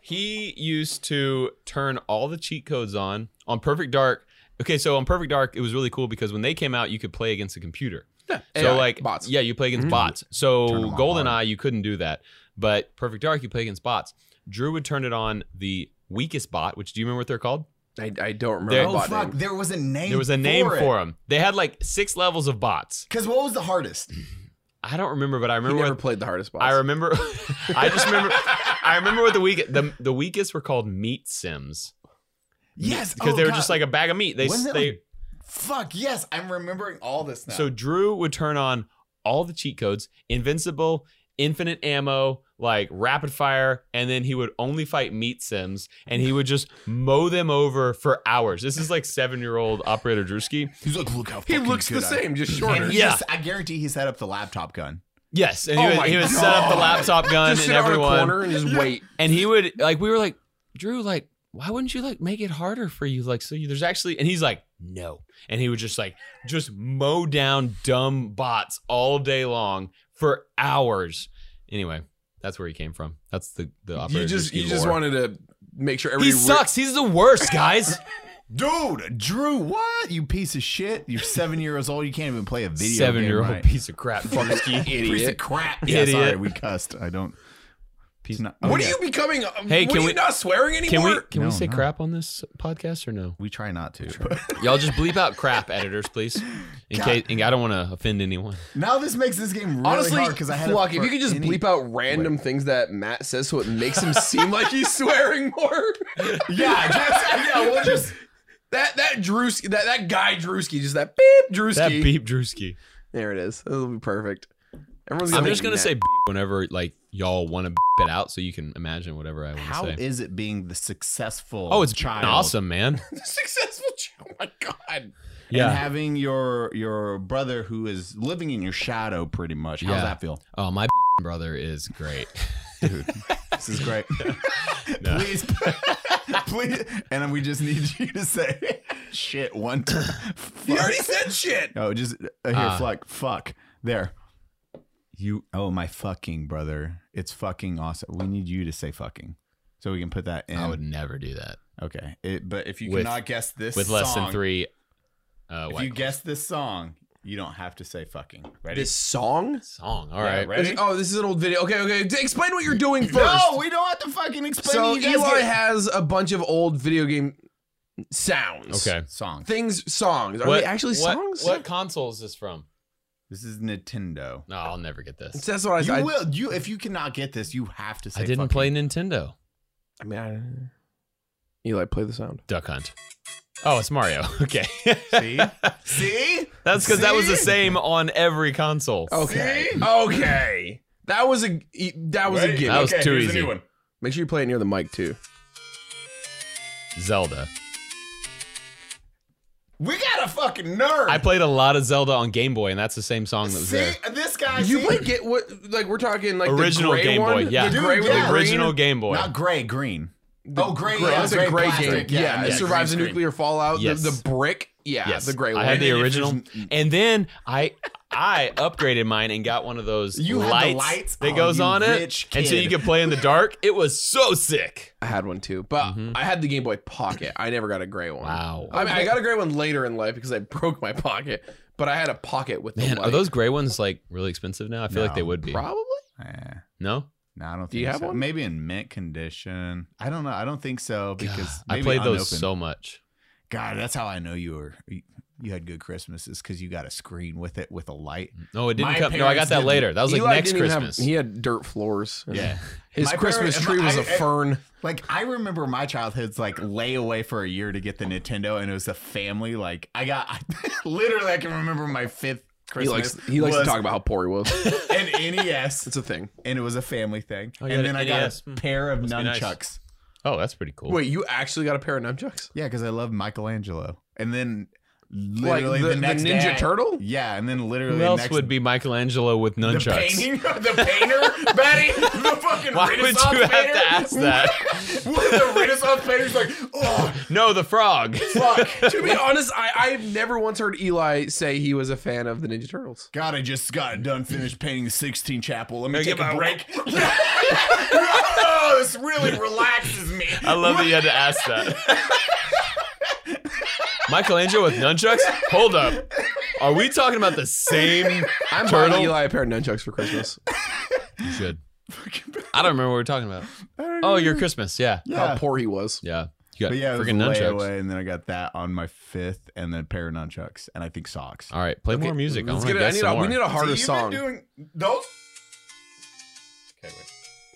C: he used to turn all the cheat codes on on Perfect Dark. Okay, so on Perfect Dark, it was really cool because when they came out, you could play against a computer. so
B: AI,
C: like
B: bots.
C: yeah, you play against bots.
A: Turn
C: So
A: 'em on
C: GoldenEye, you couldn't do that, but Perfect Dark, you play against bots. Drew would turn it on the weakest bot, which do you remember what they're called?
B: I, I don't remember.
C: There-
B: the
A: oh
B: bot
A: fuck,
B: name.
A: there was a name.
C: There was a name
A: for,
C: for,
A: it.
C: them. They had like six levels of bots.
A: Because what was the hardest?
C: I don't remember, but I
B: He
C: remember
B: never
C: what
B: played the hardest boss.
C: I remember. I just remember. I remember what the weak the, the weakest were called meat sims
A: Yes,
C: because
A: oh,
C: they were
A: God.
C: just like a bag of meat. They
A: Wasn't it
C: they
A: like- fuck. Yes, I'm remembering all this now.
C: so Drew would turn on all the cheat codes, invincible, infinite ammo, like rapid fire, and then he would only fight meat sims and he would just mow them over for hours. This is like seven year old operator Drewski.
A: he's like, look how
B: he
A: fucking
B: looks the
A: good I am."
B: same, just
A: And
B: shorter.
A: he
C: Yeah.
A: just- I guarantee he set up the laptop gun.
C: Yes, and he
B: Oh my
C: would, he would set up the
B: God.
C: laptop gun
B: just sit on
C: and
B: a
C: everyone.
B: corner and just wait.
C: and he would like we were like drew like why wouldn't you like make it harder for you like so you, there's actually and he's like no and he would just like just mow down dumb bots all day long for hours anyway that's where he came from that's the the operator
B: You just you
C: Drewski
B: just
C: lore.
B: wanted to make sure
C: he
B: everybody.
C: sucks he's the worst guys
A: Dude, Drew, what? You piece of shit. You're seven years old. You can't even play a video
C: seven
A: game
C: year old
A: right.
C: piece of crap Drewski.
A: Piece of
B: Idiot.
A: crap. Yeah,
C: Idiot.
A: sorry, we cussed. I don't. Piece. Not, oh,
B: What
A: okay.
B: are you becoming? uh,
C: Hey,
B: what
C: can
B: are you
C: we-
B: not swearing anymore?
C: can we can
A: No,
C: we say
A: no.
C: crap on this podcast or no
A: We try not to.
C: y'all just bleep out crap editors please in
A: God.
C: case and i don't want to offend anyone
A: now this makes this game really
B: Honestly,
A: hard because I had. it
B: Flock, if
A: for
B: you could just
A: any-
B: bleep out random things that Matt says so it makes him seem like he's swearing more.
A: Yeah, just, yeah, we'll just.
B: That that Drewski, that, that guy Drewski, just that beep Drewski.
C: that beep drewski
B: There it is. It'll be perfect. Everyone's
C: I'm
B: gonna
C: just
B: be
C: gonna
B: mad.
C: say whenever like y'all want to it out, so you can imagine whatever I
A: How
C: want to say.
A: is it being the successful?
C: Oh, it's
A: child
C: awesome, man.
B: successful. ch- Oh my god.
A: And having your your brother who is living in your shadow, pretty much. How's
C: Yeah.
A: that feel?
C: Oh, my brother is great.
A: This is great.
C: No.
A: Please, please, and we just need you to say shit one time.
B: You
A: Fuck.
B: already said shit.
A: oh, just uh, here,
C: Ah.
A: fuck, fuck. There. You. Oh my fucking brother, it's fucking awesome. We need you to say fucking, so we can put that in.
C: I would never do that
A: okay, it, but if you
C: With-
A: cannot guess this
C: with less than
A: song-
C: three. Uh,
A: if
C: what
A: you guess this song, you don't have to say fucking. Ready?
B: This song?
C: song? All right.
A: ready? Ready?
B: Oh, this is an old video. Okay, okay. D- Explain what you're doing first.
A: No, we don't have to fucking explain.
B: so
A: it.
B: Eli
A: you guys get-
B: has a bunch of old video game sounds.
C: Okay.
A: song.
B: Things, songs. Are they actually
C: what-
B: songs?
C: What console is this from?
A: This is Nintendo.
C: No, I'll never get this.
B: That's what I
A: You
B: said.
A: will. You if you cannot get this, you have to say.
C: I
A: fucking.
C: didn't play Nintendo.
B: I mean, I, Eli, play the sound.
C: Duck Hunt. Oh, it's Mario. Okay.
A: See? See?
C: That's because that was the
A: See? Oh.
C: same on every console.
B: Okay.
A: See?
B: Okay. That was a e, that was a
D: Ready?
B: gimmick.
C: That was
D: Okay,
C: too
D: here's
C: easy.
D: A new one.
B: Make sure you play it near the mic too.
C: Zelda.
A: We got a fucking nerd.
C: I played a lot of Zelda on Game Boy, and that's the same song that was
A: See?
C: there.
A: This guy.
B: You
A: see?
B: play get what like we're talking like
C: Original
B: the gray
C: Game
B: one?
C: Boy, yeah.
B: The
A: Dude,
B: gray with
A: yeah.
B: the green?
C: Original Game Boy.
A: Not gray, green.
B: The
A: oh, gray.
B: gray-
A: yeah,
B: that's
A: gray
B: a gray
A: plastic.
B: game. Yeah,
A: Yeah,
B: it
A: yeah,
B: survives a
A: green screen.
B: nuclear fallout. The-
C: Yes.
B: The, brick. Yeah,
C: yes,
B: the gray
C: I
B: one.
C: had the
A: And if
C: original, and then I I upgraded mine and got one of those
A: You had the
C: lights,
A: lights?
C: that
A: Oh,
C: goes
A: you
C: on it,
A: rich
C: and so
A: kid.
C: you could play in the dark. It was so sick.
B: I had one too, but I had the Game Boy Pocket. I never got a gray one.
C: Mm-hmm. Wow.
B: I mean, I got a gray one later in life because I broke my pocket, but I had a pocket with the
C: Man, are
B: light.
C: those gray ones like really expensive now? I feel like they
A: No,
C: would be.
B: probably?
A: Eh,
C: No,
A: no, I don't think
B: Do you have
A: so.
B: one?
A: Maybe in mint condition. I don't know. I don't think so because
C: I
A: maybe
C: played those
A: unopened.
C: so much.
A: God, that's how I know you were. You, you had good Christmases because you got a screen with it with a light.
B: Mm.
C: No, it didn't
A: My
C: come. No, I
A: parents
C: got that
A: didn't.
C: later. That was like
B: Eli
C: next
B: didn't even have-
C: Christmas.
B: he had dirt floors. and
A: Yeah.
B: his
A: My
B: Christmas
A: parents-
B: tree was
A: I-
B: a
A: I-
B: fern.
A: Like I remember my childhood's like lay away for a year to get the Nintendo, and it was a family. Like I got literally, I can remember my fifth
B: He
A: Christmas.
B: likes he likes to
A: was
B: talk about how poor he was.
A: an NES,
B: it's a thing.
A: and it was a family thing.
C: Oh, you
A: and then
C: had an
A: I
B: E
C: NES.
A: got
B: Mm.
C: Hmm.
A: a pair of
C: Must be nice.
A: nunchucks.
C: oh, that's pretty cool.
B: Wait, you actually got a pair of nunchucks?
A: Yeah, because I love Michelangelo. And then literally
B: the-
A: the,
B: the
A: next
B: Ninja
A: day-
B: Turtle?
A: Yeah, and then literally
C: Who
A: the
C: else
A: next
C: would be Michelangelo with
A: the
C: nunchucks?
A: painting, the painter, Betty, the fucking
C: Why would you
A: Renaissance
C: have
A: painter?
C: to ask that?
A: the Renaissance painter's like, oh
C: No, the frog.
A: fuck.
B: to be honest, I, I've never once heard Eli say he was a fan of the Ninja Turtles.
A: God, I just got done finished painting the 16 chapel. Let me
C: Now
A: take
C: get
A: a
C: my-
A: break. oh, this really relaxes me.
C: I love that you had to ask that. Michelangelo with nunchucks? Hold up. Are we talking about the same
B: I'm
C: turtle?
B: buying Eli a pair of nunchucks for Christmas.
C: You should. I don't remember what we were talking about.
A: don't
C: Oh, your Christmas. Yeah.
B: How
A: Yeah.
B: poor he was.
C: Yeah. You got
A: But yeah, it was
C: freaking
A: way
C: nunchucks.
A: away, and then I got that on my fifth, and then a pair of nunchucks, and I think socks.
C: All right. Play more music. I
B: Let's
C: want
B: get
C: to
B: it. I
C: guess
B: need
C: some
B: a,
C: more.
B: we need a harder song. Do
A: doing those? Okay, wait.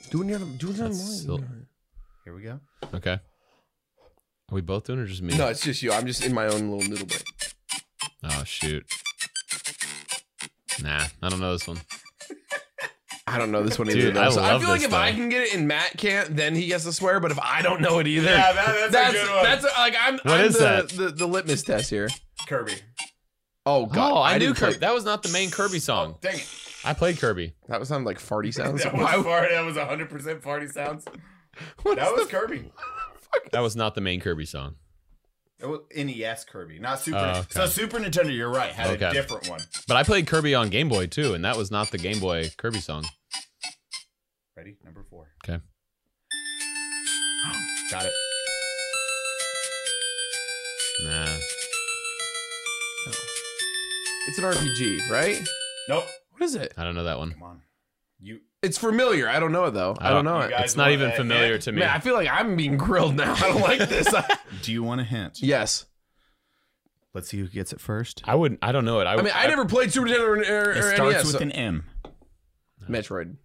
B: it near the- do it near the
C: That's still-
B: mic.
A: Here we go.
C: okay. Are we both doing it or just me?
B: No, it's just you. I'm just in my own little noodle break.
C: Oh, shoot. Nah, I don't know this one.
B: I don't know this one
C: Dude,
B: either. though.
C: I
B: so I
C: love
B: feel like
C: this,
B: if I
C: though.
B: can get it and Matt can't, then he gets to swear. But if I don't know it either,
A: Yeah, that- that's a
B: that's
A: good one.
B: that's a- like I'm.
C: What
B: I'm
C: is
B: the,
C: that?
B: The, the litmus test here.
A: Kirby.
B: Oh god,
C: oh, I, knew
B: didn't play-
C: Kirby. That was not the main Kirby song.
A: Dang it.
C: I played Kirby.
B: That was sounded like farty sounds.
A: That was,
B: Why-
A: far, that was 100% party sounds.
B: what's
A: That
B: the-
A: was Kirby.
C: That was not the main Kirby song.
A: That was NES E Kirby, not Super.
C: Oh, okay.
A: So Super Nintendo, you're right, had
C: Okay.
A: a different one.
C: But I played Kirby on Game Boy too, and that was not the Game Boy Kirby song.
A: Ready? Number four.
C: Okay.
A: Got it.
C: Nah.
B: It's an RPG, right?
A: Nope.
B: What is it?
C: I don't know that one.
A: Come on. You.
B: It's familiar. I don't know it though. I don't know
A: you
B: it.
A: guys
C: It's not
A: want
C: even
A: a
C: familiar
A: hint?
C: to me.
B: Man, I feel like I'm being grilled now. I don't like this.
A: Do you want a hint?
B: yes.
A: Let's see who gets it first.
C: I wouldn't. I don't know it. I,
B: I mean, I never played Super Nintendo or, or,
A: It
B: or
A: starts
B: NES.
A: with
B: so-
A: an M.
B: Metroid.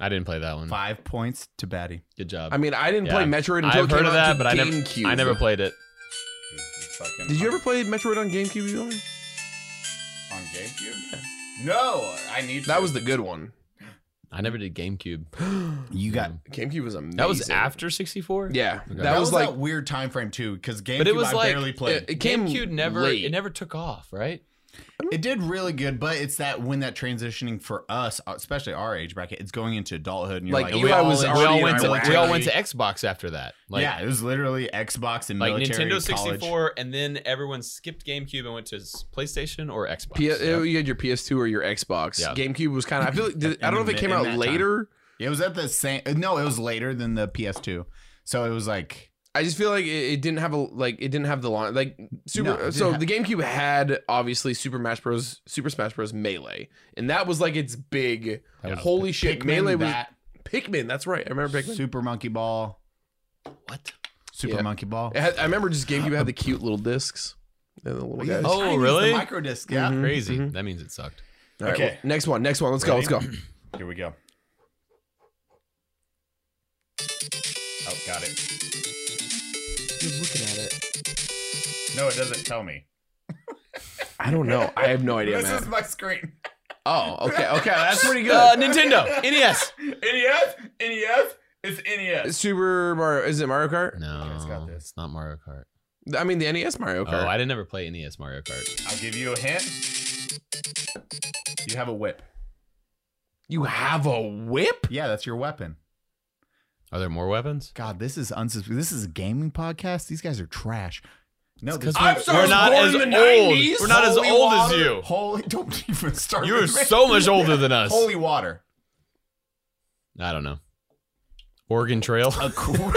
C: I didn't play that one.
A: Five points to Batty.
C: Good job.
B: I mean, I didn't play
C: Yeah.
B: Metroid until it
C: I've heard
B: came
C: of
B: out
C: that,
B: to
C: but I never.
B: GameCube.
C: I never played it.
B: Did you ever play Metroid on GameCube? Eli?
A: on GameCube? No, I need.
B: That was the good one.
C: I never did GameCube.
A: You
C: Mm.
A: got.
B: GameCube was amazing.
C: That was after 64.
B: Yeah,
C: Okay.
B: that,
A: That
B: was,
A: was,
B: like
A: that weird time frame too, because GameCube
C: But it was
A: I
C: like-
A: barely played.
B: it,
A: It,
B: it came.
C: GameCube never.
B: late.
C: It never took off, right?
A: did really good, but it's that when that transitioning for us, uh, especially our age bracket, it's going into adulthood, and you're
B: Like,
A: like,
B: Eli
A: all
B: was
A: in-
C: We
B: already
C: all
B: in
C: went to.
B: Iraq.
C: We all went to Xbox after that. Like,
A: yeah, it was literally Xbox and
C: Like
A: military,
C: Nintendo
A: college.
C: 64, and then everyone skipped GameCube and went to s- PlayStation or Xbox.
B: P- You had your PS2 or your Xbox.
C: Yeah.
B: GameCube was kind of. I feel. Like, did,
A: In
B: I don't know if
A: the
B: it
A: mid-
B: came
A: in
B: out
A: that
B: later.
A: It was at the same. No, it was later than the PS2, so it was like
B: I just feel like it, it didn't have a like it didn't have the line like super.
A: No, it didn't
B: so
A: ha-
B: the GameCube had obviously Super Smash Bros. Super Smash Bros. Melee, and that was like its big.
C: That was
B: Holy shit!
A: Pikmin,
B: Melee was
A: that,
B: Pikmin. That's right. I remember Pikmin.
A: Super Monkey Ball,
C: What?
A: Super
B: Yeah.
A: Monkey Ball.
B: It had- I remember just GameCube had the cute little discs and the little guys. Mm-hmm.
C: Oh,
A: Tiny is the
C: really?
A: micro disc. Yeah.
C: Crazy. That means it sucked.
B: All right,
A: Okay.
B: well, next one. Next one. Let's go. Let's go.
A: Here we go. Oh, got it. Oh,
B: You're looking at it.
C: it.
A: No, it doesn't tell me.
B: I don't know. I have no idea,
A: this
B: Matt.
A: is my screen.
B: Oh, okay, okay, that's pretty good.
C: Uh, Nintendo NES.
A: NES? NES? E It's E NES.
B: Super Mario is it Mario Kart?
C: No,
A: Okay, it's got this.
C: it's not Mario Kart.
B: I mean the NES Mario Kart.
C: Oh, I didn't ever play NES Mario Kart.
A: I'll give you a hint. You have a whip.
B: you have a whip?
A: Yeah, that's your weapon.
C: Are there more weapons?
A: God, this is unsus- This is a gaming podcast. These guys are trash. No, this-
C: 'cause
A: I'm
C: we're-
A: sorry.
C: we're not
B: born
C: as
B: in the
C: old.
B: 90s.
C: We're not as
B: Holy
C: old as
B: water.
C: you.
A: Holy, don't even start.
C: You are
A: with me.
C: so much older than us.
A: Holy water.
C: I don't know. Oregon Trail.
A: A cool.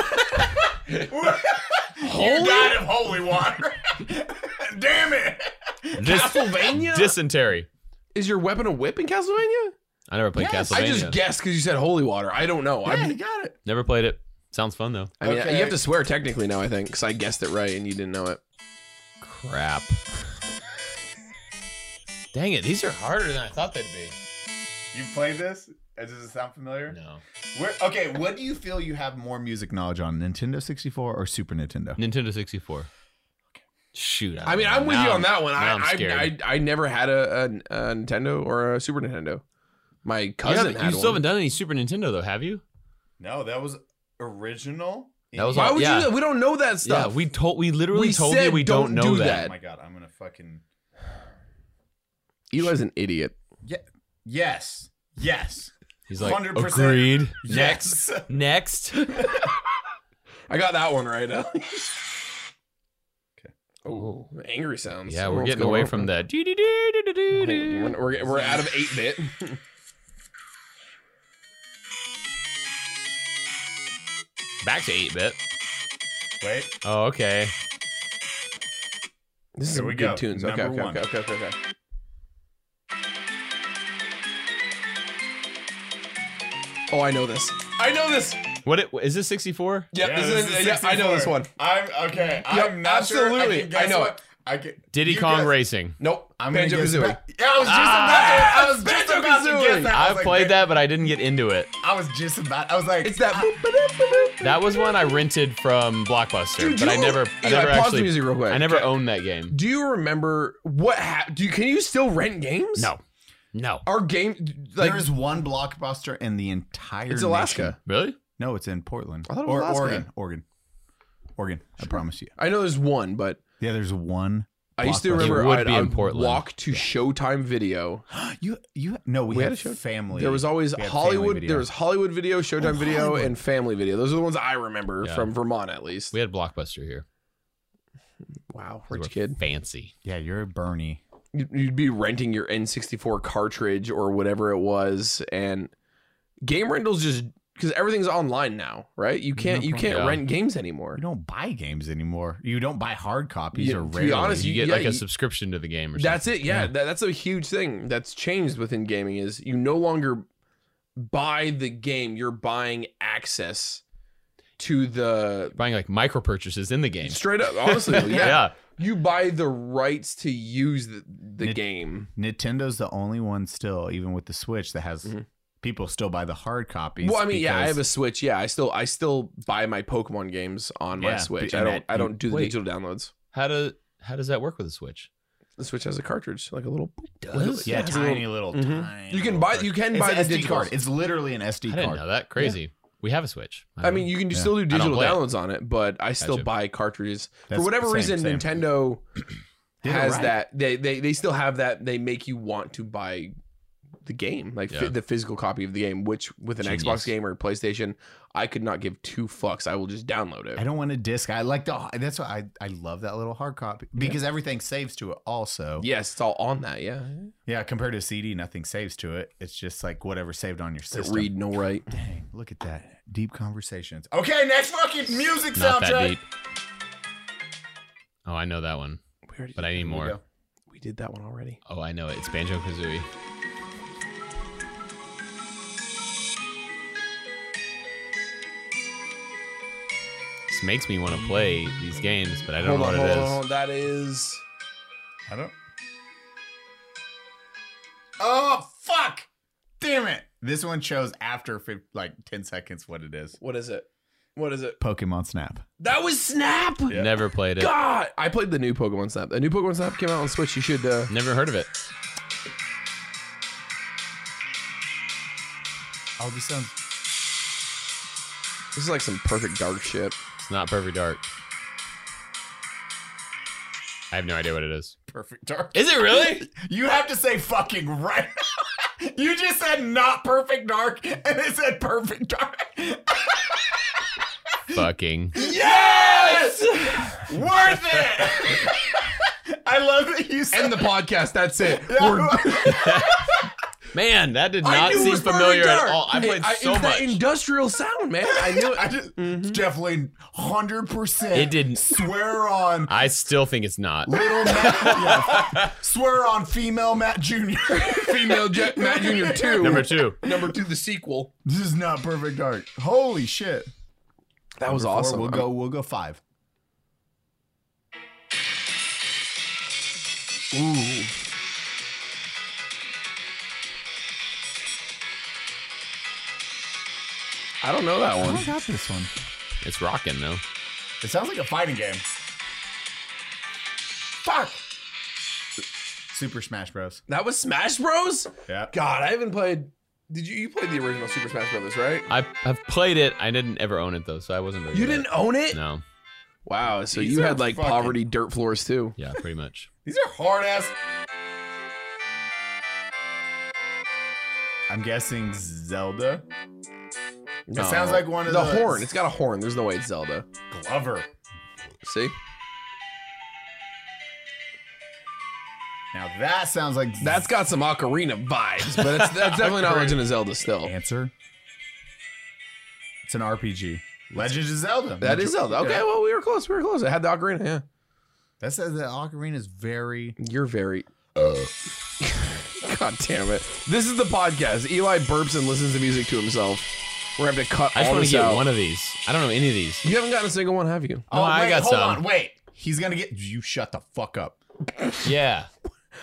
A: You died of holy water. Damn it.
C: Dis-
B: Castlevania?
C: Dysentery.
B: Is your weapon a whip in Castlevania?
C: I never played
A: Yes,
C: Castlevania.
B: I just guessed because you said holy water. I don't know.
A: Yeah,
B: I'm-
A: you got it.
C: never played it. Sounds fun though.
B: I mean,
A: Okay.
B: you have to swear technically now. I think because I guessed it right and you didn't know it.
C: Crap. Dang it, these are harder than I thought they'd be.
A: You've played this? Uh, Does it sound familiar?
C: No.
A: Where, okay, what do you feel you have more music knowledge on, Nintendo 64 or Super Nintendo?
C: Nintendo 64. Shoot.
B: I mean, I'm with you on that one.
C: Uh, now
B: I,
C: I'm
B: I,
C: scared.
B: I I never had a, a, a Nintendo or a Super Nintendo. My
C: You,
B: cousin
C: haven't-
B: had
C: you still
B: one.
C: haven't done any Super Nintendo though, have you?
A: No, that was original. Oh
C: That was
B: Why
C: all-
B: would
C: yeah.
B: you? do that? We don't know that stuff.
C: Yeah, we told we literally
B: We
C: told
B: said
C: you we
B: don't
C: don't, know
B: do
C: that.
A: Oh my god, I'm gonna fucking
B: Eli's an idiot.
A: yes, yes,
C: He's like
A: 100%.
C: agreed.
A: yes.
C: Next.
B: I got that one right. okay. Oh, angry sounds.
C: Yeah, we're
B: What's
C: getting
B: going
C: away
B: on?
C: from that. doo-doo-doo-doo-doo-doo.
B: We're, we're, we're out of eight bit.
C: Back to 8 bit.
A: Wait,
C: Oh, okay.
B: This is
A: Here
B: some
A: we
B: good
A: go.
B: tunes. Okay,
A: Number
B: okay,
A: one.
B: okay, okay, okay, okay. Oh, I know this. I know this.
C: What it, is this 64?
B: Yeah,
A: Yeah,
B: this
A: this
B: is,
A: is
B: yeah, I know this
A: 64.
B: one.
A: I'm okay. I'm not sure.
B: absolutely.
A: can guess
B: I know
A: what- I can,
C: Diddy
A: you
C: Kong
A: guess-
C: Racing.
B: Nope.
A: I'm
B: Banjo
A: gonna guess
B: Kazooie. Ah,
A: Ba- yeah, I was just about to. I was just
B: Banjo
A: about to
B: Kazooie.
A: guess that. I was
C: I've
A: like,
C: played
A: ba-
C: that, but I didn't get into it.
A: I was just about. I was like,
B: It's that. boop, boop, boop, boop.
C: That was one I rented from Blockbuster,
B: Dude,
C: but I
B: you-
C: never, I
B: Eli,
C: never
B: pause the
C: actually,
B: music real quick.
C: I never owned that game.
B: Do you remember what happened? Do you, can you still rent games?
C: no,
B: Our game, like,
A: there is one blockbuster in the entire.
B: it's Alaska.
A: nation.
C: really?
A: No, it's in Portland.
B: I thought it was
A: or
B: Alaska.
A: Oregon. Oregon. Oregon. I promise you.
B: I know there's one, but
A: Yeah, there's one.
B: I used to
A: Blockbuster.
B: remember
C: It would
B: I'd,
C: be in
B: I'd
C: Portland.
B: walk to Showtime Video.
A: You you no, we,
B: We
A: had,
B: had a show-
A: family.
B: There was always
A: we had Family
B: Hollywood.
A: Video.
B: There was Hollywood Video, Showtime
A: Oh,
B: Video,
A: Hollywood.
B: and Family Video. Those are the ones I remember
C: Yeah.
B: from Vermont, at least.
C: We had Blockbuster here.
B: wow,
C: 'cause
B: rich
C: we're
B: kid.
C: fancy.
A: yeah, you're a Bernie.
B: You'd you'd be renting your N64 cartridge or whatever it was, and game rentals just because everything's online now, right?
C: Mm-hmm.
B: You can't you can't
C: Yeah.
B: rent games anymore.
A: You don't buy games anymore. You don't buy hard copies
B: Yeah,
A: or
B: to be
A: rarely.
B: honest,
C: You
B: You-
C: get
B: yeah,
C: like
B: you-
C: a subscription to the game or something.
B: That's it. Yeah, That, that's a huge thing that's changed within gaming is you no longer buy the game, you're buying access to the
C: Buying like micro purchases in the game.
B: straight up honestly. Yeah.
C: yeah.
B: You buy the rights to use the, the
A: Nit-
B: game.
A: Nintendo's the only one still, even with the Switch, that has
B: Mhm.
A: people still buy the hard copies.
B: Well, I mean, yeah, I
A: because-
B: have a Switch. Yeah, I still I still buy my Pokemon games on
A: Yeah,
B: my Switch.
A: but-
B: I
A: and
B: don't
A: that-
B: I don't do the
C: wait.
B: digital downloads.
C: How do how does that work with a Switch?
B: The Switch has a cartridge, like a little
C: does?
A: yeah,
B: it's a
A: tiny little,
B: Mhm.
A: tiny
B: You can
A: little
B: buy
A: card.
B: you can
A: It's
B: buy
A: an
B: the
A: SD
B: digital
A: card. It's literally an SD
C: I didn't
A: card.
C: know that. Crazy. We have a Switch.
B: I mean, you can do-
A: Yeah.
B: still do
C: don't
B: digital
C: play it.
B: downloads on it, but I still
C: Gotcha.
B: buy cartridges.
A: That's
B: For whatever
A: same-
B: reason,
A: same.
B: Nintendo
A: Did it
B: has
A: right.
B: that. They, they they still have that. They make you want to buy the game, like fi-
C: Yeah.
B: the physical copy of the game, which with an
C: Genius.
B: Xbox game or a PlayStation, I could not give two fucks. I will just download
A: I
B: it.
A: don't want a disc. I like the. That's why I, I love that little hard copy because everything saves to it. Also,
B: Yes, it's all on that. Yeah,
A: Yeah, compared to CD, nothing saves to it. It's just like whatever saved on your system.
B: read no write.
A: Dang, look at that. Deep conversations. Okay, next fucking music
C: not that
A: soundtrack.
C: deep. Oh, I know that one,
B: We already
C: but
B: did
C: I need
B: that. Here we
C: more.
B: go. We did that one already.
C: Oh, I know it. It's Banjo Kazooie. This makes me want to play these games, but I
B: Hold
C: don't know
B: on,
C: what
B: hold
C: it
B: on,
C: is.
B: hold on. That is.
A: I don't. Oh fuck! Damn it! This one shows after fif- like ten seconds what it is.
B: What is it? What is it?
A: Pokemon Snap.
B: That was Snap.
C: Never played it.
B: God, I played the new Pokemon Snap. The new Pokemon Snap came out on Switch. You should. Uh,
C: Never heard of it.
A: All the sounds.
B: this is like some perfect dark shit.
C: It's not perfect dark. I have no idea what it is.
A: Perfect dark.
C: Is it really?
A: You have to say fucking right. you just said not perfect dark, and it said perfect dark.
C: Fucking.
A: Yes! Worth it! I love that you said
B: End the podcast. That's it. We're-
A: Yeah.
C: Man, that did
B: I
C: not
B: knew it
C: seem
B: was Perfect
C: familiar at
B: Dark.
C: all. I
B: Hey,
C: played so
B: it's
C: much.
B: that industrial sound, man. I knew it.
A: I Mm-hmm. just definitely hundred percent.
C: It didn't-
A: swear on
C: I still think it's not.
A: little Matt. yeah. Swear on female Matt Junior.
B: Female Jet Matt Junior two.
C: Number two.
B: Number two, the sequel.
A: this is not perfect dark. Holy shit!
B: That was
A: Four,
B: awesome.
A: We'll go. We'll go five.
B: Ooh. I don't know that one.
A: I got this one.
C: It's rocking though.
A: It sounds like a fighting game. Fuck. Super Smash Bros.
B: That was Smash Bros.
A: Yeah.
B: God, I haven't played. Did you? You played the original Super Smash Brothers, right?
C: I I've played it. I didn't ever own it though, so I wasn't really.
B: You
C: good at
B: didn't own it.
C: it. No.
B: Wow. So
A: These
B: you
A: are
B: had like
A: fucking-
B: poverty dirt floors too.
C: Yeah, pretty much.
A: These are hard ass. I'm guessing Zelda.
B: No.
A: sounds like one of
B: the
A: those-
B: horn. It's got a horn. There's no way it's Zelda.
A: Glover.
B: See,
A: Now that sounds like
B: that's got some Ocarina vibes, but it's, that's definitely not Legend of Zelda still.
A: answer. It's an RPG. Legend of Zelda.
B: That is Zelda. Okay,
A: Yeah.
B: well we were close. We were close. I had the Ocarina. Yeah.
A: That says that Ocarina is very.
B: You're very. God damn it! This is the podcast. Eli burps and listens to music to himself. We're having to cut
C: I just
B: all
C: want
B: this
C: to get
B: out.
C: one of these. I don't know any of these.
B: You haven't gotten a single one, have you?
C: Oh, I
A: wait,
C: got
A: hold
C: some.
A: on. Wait. He's gonna get. You shut the fuck up.
C: Yeah.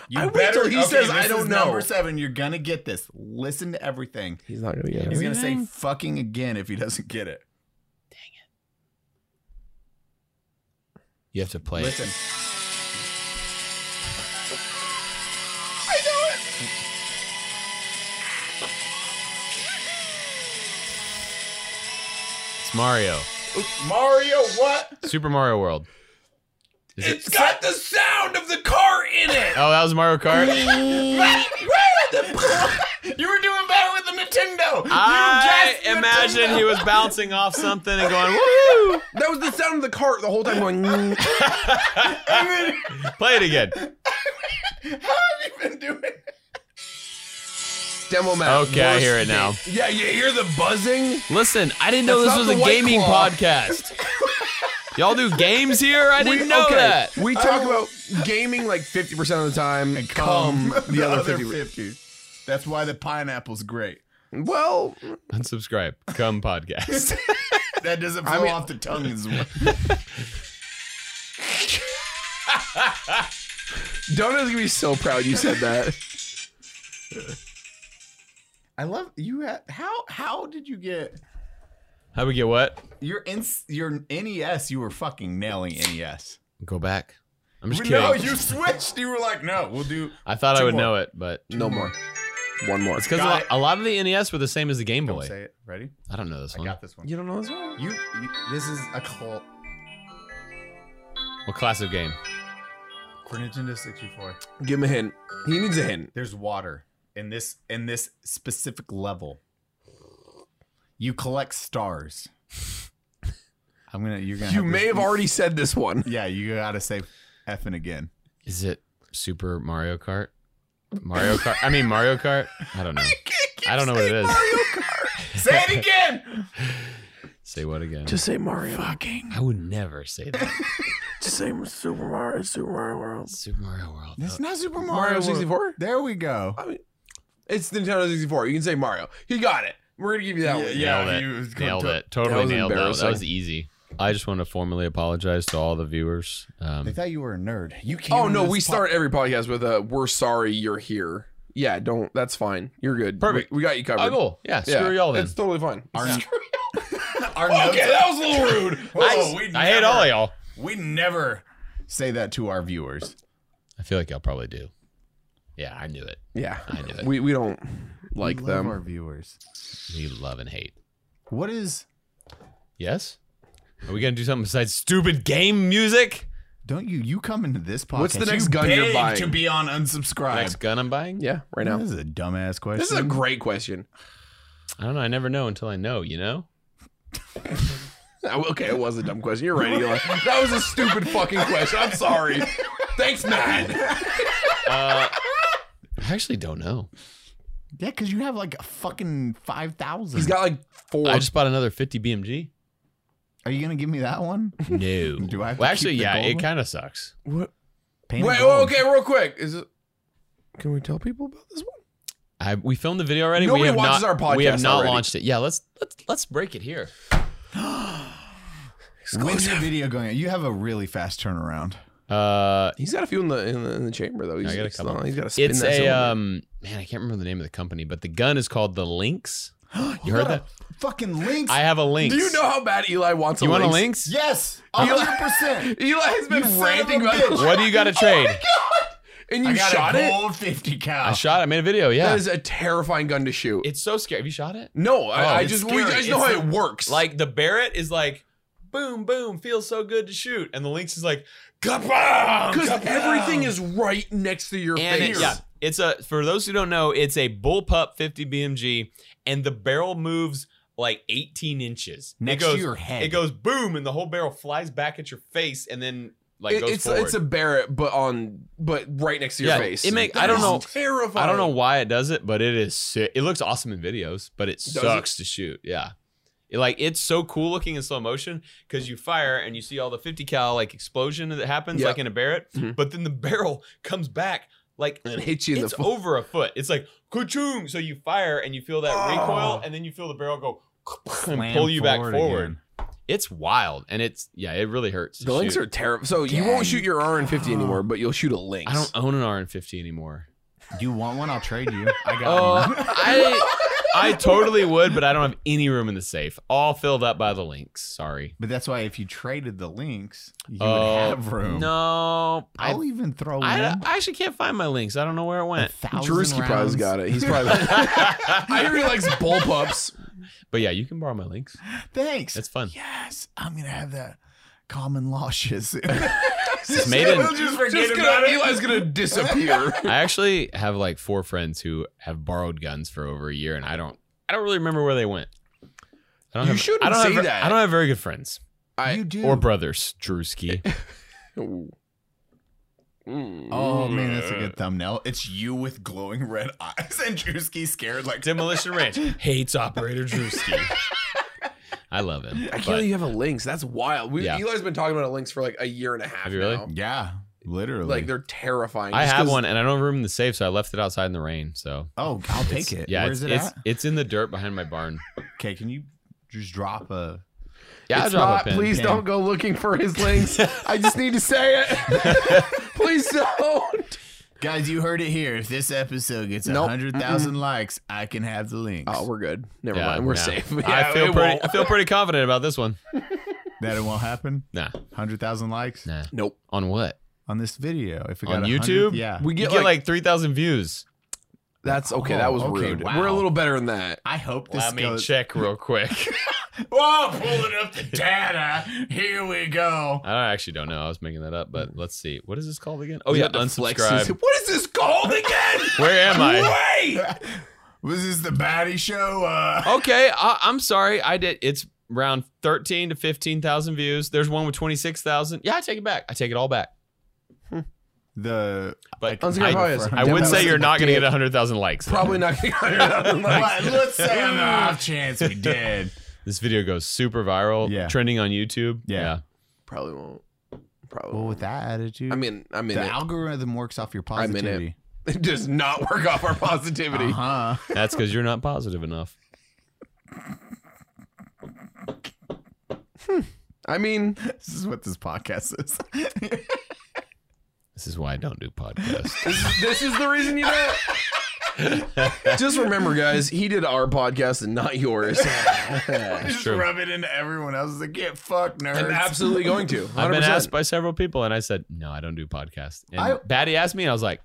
A: You
B: I wait till he says,
A: this
B: "I don't
A: is
B: know."
A: Number seven. You're gonna get this. Listen to everything.
B: He's not gonna get
A: He's
B: it.
A: gonna say
C: Everything?
A: fucking again if he doesn't get it.
C: You have to play
A: Listen.
C: it. It's Mario.
A: Mario, what?
C: Super Mario World.
B: It's got the sound of the car in it.
C: Oh, that was Mario Kart.
A: you were doing better with the Nintendo.
C: I
A: you just
C: imagine
A: Nintendo.
C: he was bouncing off something and going, woohoo!
B: That was the sound of the cart the whole time going. "Mm."
A: I mean,
C: Play it again.
A: how have you been doing?
B: Demo map.
C: Okay, I
B: Worst
C: hear it now.
B: game. Yeah, you hear the buzzing.
C: Listen, I didn't know
B: That's
C: this
B: not the
C: was a
B: White
C: gaming
B: Claw.
C: podcast. Y'all do games here? I didn't know
B: okay,
C: that.
B: We talk about gaming like fifty percent of the time, and come the, other fifty.
A: That's why the pineapple's great.
B: Well,
C: Unsubscribe. Come podcast.
A: That doesn't
B: I
A: fall
B: mean-
A: off the tongue as well.
B: Donut's gonna be so proud you said that.
A: I love you. Had, how how did you get
C: How we get what?
A: your ins, your NES? You were fucking nailing E NES.
C: Go back. I'm just kidding.
A: No, you switched. You were like, no, we'll do.
C: I thought I
A: Two
C: would
A: more.
C: know it, but
B: No more. One more.
C: it's because a,
A: Got
C: lot-
A: it.
C: a lot of the NES were the same as the Game
A: Don't
C: Boy.
A: say it. Ready?
C: I don't know this
A: I
C: one.
A: got this one.
B: You don't know as well.
A: You, you this is a cult.
C: What class of game?
A: For Nintendo 64.
B: Give him a hint. He needs a hint.
A: There's water in this in this specific level. You collect stars. I'm gonna. You're gonna.
B: You
A: have to-
B: may have already said this one.
A: Yeah, you gotta say effing again.
C: Is it Super Mario Kart? Mario Kart. I mean Mario Kart. I don't know. I don't know what it is.
A: Say it again.
C: Say what again?
B: Just say Mario. Fucking.
C: I would never say that.
B: Just say Super Mario. Super Mario World.
C: Super Mario World.
A: It's not Super Mario.
B: Mario
A: World.
B: 64?
A: There we go.
B: I mean, it's Nintendo 64. You can say Mario. He got it. We're gonna give you that one.
C: Nailed it.
A: you
C: Nailed it.
B: That
C: Totally
B: was
C: nailed it. That
B: embarrassing.
C: was easy. I just want to formally apologize to all the viewers.
A: They
C: Um,
A: thought you were a nerd. You can't.
B: Oh no, we start every podcast with a "We're sorry you're here." Yeah, don't. That's fine. You're good.
C: Perfect.
B: We, we got you covered.
C: oh, Ah, cool. Yeah,
B: Yeah,
C: screw y'all then.
B: It's totally fine.
A: Our, Our
B: Okay, that was a little rude.
A: Whoa,
C: I,
A: we
C: I hate all
A: never-
C: of y'all.
A: We never say that to our viewers.
C: I feel like y'all probably do. Yeah, I knew it.
B: Yeah,
C: I knew it.
B: we we don't like
A: we love
B: them.
A: our viewers.
C: We love and hate.
A: What is?
C: Yes? Are we gonna do something besides stupid game music?
A: Don't you? You come into this podcast.
B: What's the next
A: you
B: gun you're
A: beg
B: buying?
A: to be on unsubscribe?
C: Next gun I'm buying?
B: yeah, right now.
A: This is a dumbass question.
B: This is a great question.
C: I don't know. I never know until I know. You know?
B: Oh, Okay, it was a dumb question. You're right, Eli. That was a stupid fucking question. I'm sorry. Thanks, Matt.
C: Uh, I actually don't know.
A: yeah, because you have like a fucking five thousand.
B: He's got like four.
C: I just bought another 50 BMG.
A: Are you gonna give me that one?
C: No.
A: Do I have to
C: well,
A: keep
C: actually,
A: the
C: yeah,
A: gold
C: it
A: one?
C: kind of sucks.
B: what?
A: Painted
B: Wait,
A: gold.
B: oh, okay, real quick. Is it? Can we tell people about this one?
C: I, we filmed the video already.
B: Nobody
C: we have
B: watches
C: not,
B: our
C: We have
B: podcast
C: not
B: already.
C: launched it. Yeah, let's let's let's break it here.
A: When's your video going? out? You have a really fast turnaround.
C: Uh,
B: He's got a few in the in the, in the chamber though. He's,
C: I got a
B: he's
C: couple.
B: not- he's got to spin
C: it's
B: that.
C: a
B: cylinder.
C: um man, I can't remember the name of the company, but the gun is called the Lynx.
A: you,
C: heard
A: got a Fucking links.
C: I have a Lynx.
B: Do you know how bad Eli wants?
C: You
B: a
C: want a
B: Lynx?
C: Lynx?
A: yes, hundred percent.
B: Eli has
A: You son
B: been
A: of
B: ranting
A: a
B: about
A: bitch.
C: What do you got
B: Oh
C: to trade?
B: and
A: I
B: you
A: got
B: shot
A: a
B: it.
A: gold fifty cal.
C: I shot. I made a video. Yeah,
B: That is a terrifying gun to shoot.
C: it's so scary. Have you shot it?
B: no, I, I
A: it's
B: just we, I
A: scary.
B: just know
A: It's
B: how it works.
C: Like the Barrett is like, boom, boom, feels so good to shoot, and the Lynx is like,
B: because everything is right next to your
C: and
B: face.
C: it, yeah, it's a for those who don't know, it's a bullpup 50 BMG, and the barrel moves like 18 inches It
A: Next
C: goes-
A: to your head.
C: It goes boom, and the whole barrel flies back at your face, and then like
B: It-
C: goes
B: it's
C: forward.
B: it's a Barrett, but on but right next to your
C: Yeah,
B: face.
C: it make- I
B: That
C: don't
B: is
C: know-
B: Terrifying.
C: I don't know why it does it, but it is sick. It looks awesome in videos, but it
B: Does
C: sucks to shoot. Yeah. It, like it's so cool looking in slow motion because you fire and you see all the 50 cal like explosion that happens
B: Yeah.
C: like in a Barrett,
B: Mhm.
C: but then the barrel comes back like
B: And it hits you in the
C: it's
B: foot.
C: over a foot. It's like ka-choom. So you fire and you feel that
B: Oh.
C: recoil and then you feel the barrel go and
A: Slam
C: pull you back
A: forward
C: forward.
A: again.
C: It's wild and it's yeah, it really hurts. to
B: The links
C: shoot.
B: are terrible. So you won't shoot your RN50 anymore, but you'll shoot a lynx.
C: I don't own an RN50 anymore.
A: Do you want one? I'll trade you. I got
C: Oh,
A: one.
C: I I totally would, but I don't have any room in the safe. All filled up by the links. Sorry.
A: But that's why if you traded the links, you
C: Oh,
A: would have room.
C: No, I,
A: I'll even throw in
C: I,
A: a
C: I actually can't find my links. I don't know where it went.
A: thousand
B: Drewski probably
A: rounds.
B: got it. He's probably. I hear he likes bullpups.
C: But yeah, you can borrow my links.
A: Thanks.
C: That's fun.
A: yes, I'm gonna have that common law shit. soon.
C: It's made in.
A: We'll just forget
B: Just
A: about
B: gonna,
A: it.
B: Eli's gonna disappear.
C: I actually have like four friends who have borrowed guns for over a year, and I don't. I don't really remember where they went. I don't
B: You
C: have,
B: shouldn't
C: I don't
B: say
C: have, ver-
B: that.
C: I don't have very good friends
B: I-
A: you do.
C: or brothers. Drewski.
A: oh man, that's a good thumbnail. It's you with glowing red eyes and Drewski scared like.
C: Demolition Ranch hates operator Drewski. I love him.
B: I can't
C: but-
B: believe you have a Lynx. That's wild. We,
C: Yeah.
B: Eli's been talking about a Lynx for like a year and a half.
C: Have you really?
B: now.
A: Yeah, literally.
B: Like they're terrifying.
C: I
B: Just
C: have
B: 'cause-
C: one, and I don't have room in the safe, so I left it outside in the rain. So
A: oh, I'll take it.
C: yeah,
A: Where's
C: it's,
A: it
C: it's,
A: at?
C: it's in the dirt behind my barn.
A: Okay, can you just drop a?
C: Yeah, I
B: It's
C: drop
B: not,
C: a pin.
B: please
A: Pin.
B: don't go looking for his links. I just need to say it. please don't.
A: Guys, you heard it here. If this episode gets a
B: Nope.
A: hundred thousand likes, I can have the links.
B: Oh, we're good. Never
C: Yeah,
B: mind. We're
C: nah.
B: safe.
C: I
B: Yeah,
C: feel
B: it
C: pretty.
B: won't.
C: I feel pretty confident about this one.
A: that it won't happen.
C: Nah,
A: Hundred thousand likes
C: nah.
B: Nope.
C: On what?
A: on this video. If it got
C: On
A: 100
C: YouTube?
A: yeah.
B: We
C: You
B: get,
C: get,
B: like,
C: like, three thousand views.
B: That's okay. that
A: Oh,
B: was
A: okay,
B: rude.
A: wow.
B: We're a little better than that.
A: I hope this
C: Let me
A: goes.
C: check real quick.
A: Whoa, pulling up the data. Here we go.
C: I actually don't know. I was making that up, but let's see. What is this called again? Oh
B: He's
C: yeah,
B: about to flex his-
C: unsubscribe.
B: What is this called again?
C: Where am I?
B: Wait.
A: Was this the baddie show? Uh,
C: Okay, I, I'm sorry. I did. It's around thirteen to fifteen thousand views. There's one with twenty six thousand. Yeah, I take it back. I take it all back.
A: the
C: But
B: Unsubscribe
C: I-
B: probably is-
C: I
B: That
C: would
B: was
C: say
B: a
C: you're not going to
B: dick.
C: get 100,000 likes. though.
B: Probably not going to
A: But let's say on the off chance we did.
C: This video goes super viral,
A: Yeah.
C: trending on YouTube.
A: Yeah.
B: Probably won't. Probably.
A: Well,
B: Won't.
A: with that attitude,
B: I mean, I'm in
A: the
B: it.
A: algorithm works off your
B: I'm in it.
A: positivity.
B: It does not work off our positivity.
C: Uh-huh.
A: Uh huh.
C: That's because you're not positive enough.
B: I mean,
A: this is what this podcast is.
C: This is why I don't do podcasts.
B: this is the reason you don't. Just remember, guys, he did our podcast and not yours.
A: Just
C: true.
A: rub it into everyone else. Like, get fucked, nerds.
B: I'm absolutely going to.
C: I've been
B: 100%.
C: asked by several people, and I said, "No, I don't do podcasts." And
A: I-
C: Batty asked me, and I was like,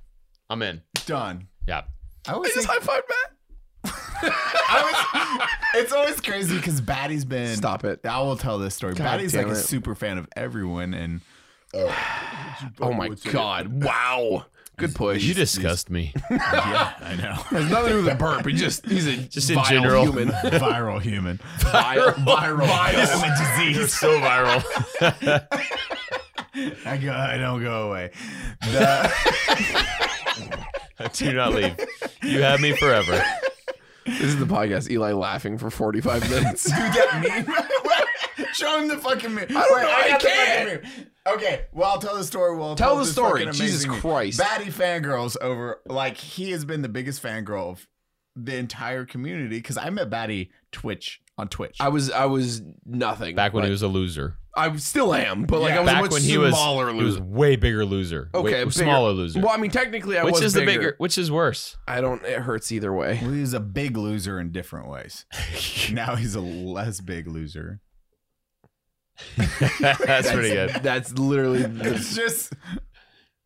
C: "I'm in."
A: done.
C: Yeah,
A: I
B: I
A: always
B: just
A: think,
B: high five Matt.
A: I always, it's always crazy because Batty's been.
B: Stop it.
A: I will tell this story.
B: God
A: Batty's
B: damn
A: like a
B: it.
A: super fan of everyone, and
B: Oh my god! Wow. Good push.
C: you disgust me.
A: yeah, I know.
B: has nothing to do with a burp. He just he's a
C: Just in
B: vile
C: general.
B: human.
A: Viral human.
B: Vile.
A: Viral.
B: Vile.
A: I'm a disease.
C: so viral.
A: I go. I don't go away. The-
C: do not leave. You have me forever.
B: This is the podcast. Eli laughing for forty five minutes.
A: Do that meme. Show him the fucking meme. I don't
B: know, I
A: got the
B: can't.
A: fucking meme. Okay, well, I'll tell the story. Well,
B: Tell the
A: this
B: story.
A: fucking
B: Jesus
A: amazing meme.
B: Christ.
A: Batty fangirls over, like, he has been the biggest fangirl of the entire community because I met Batty Twitch on Twitch.
B: I was I was nothing
C: Back when
B: like,
C: he was a loser.
B: I still am, but like
A: Yeah.
B: I was a
C: Back
B: much
C: when he was
B: smaller
C: he was
B: loser.
C: way bigger loser. Way-
B: okay, bigger-
C: smaller loser.
B: Well, I mean, technically, I
C: which
B: was
C: is
B: bigger.
C: the bigger? Which is worse?
B: I don't. It hurts either way.
A: well, he was a big loser in different ways. now he's a less big loser.
C: That's pretty good.
B: That's literally. The,
A: It's just.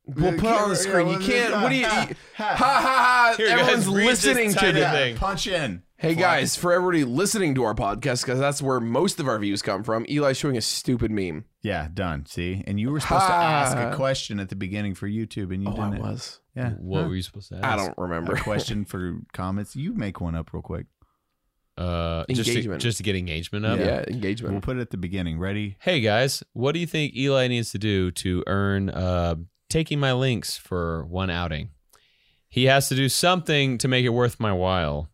B: we'll put it on the screen. You can't. What do you?
A: Ha,
B: you-
A: ha,
B: Ha ha ha!
C: Here, guys,
B: Everyone's
C: read this
B: listening to
C: tiny
B: this.
C: bit.
A: Yeah,
C: thing.
A: punch in.
B: Hey guys, for everybody listening to our podcast, because that's where most of our views come from. Eli's showing a stupid meme.
A: Yeah, done. See, and you were supposed to ask a
B: Ha.
A: question at the beginning for YouTube, and you
B: Oh, I
A: didn't.
B: was.
A: Yeah.
C: What
A: Huh.
C: were you supposed to ask?
B: I don't
A: a
B: remember.
A: question for comments. You make one up real quick.
C: Uh, just to,
B: Engagement.
C: just to get engagement up.
B: Yeah,
A: We'll
B: engagement.
A: put it at the beginning. Ready?
C: Hey guys, what do you think Eli needs to do to earn uh, taking my links for one outing? He has to do something to make it worth my while,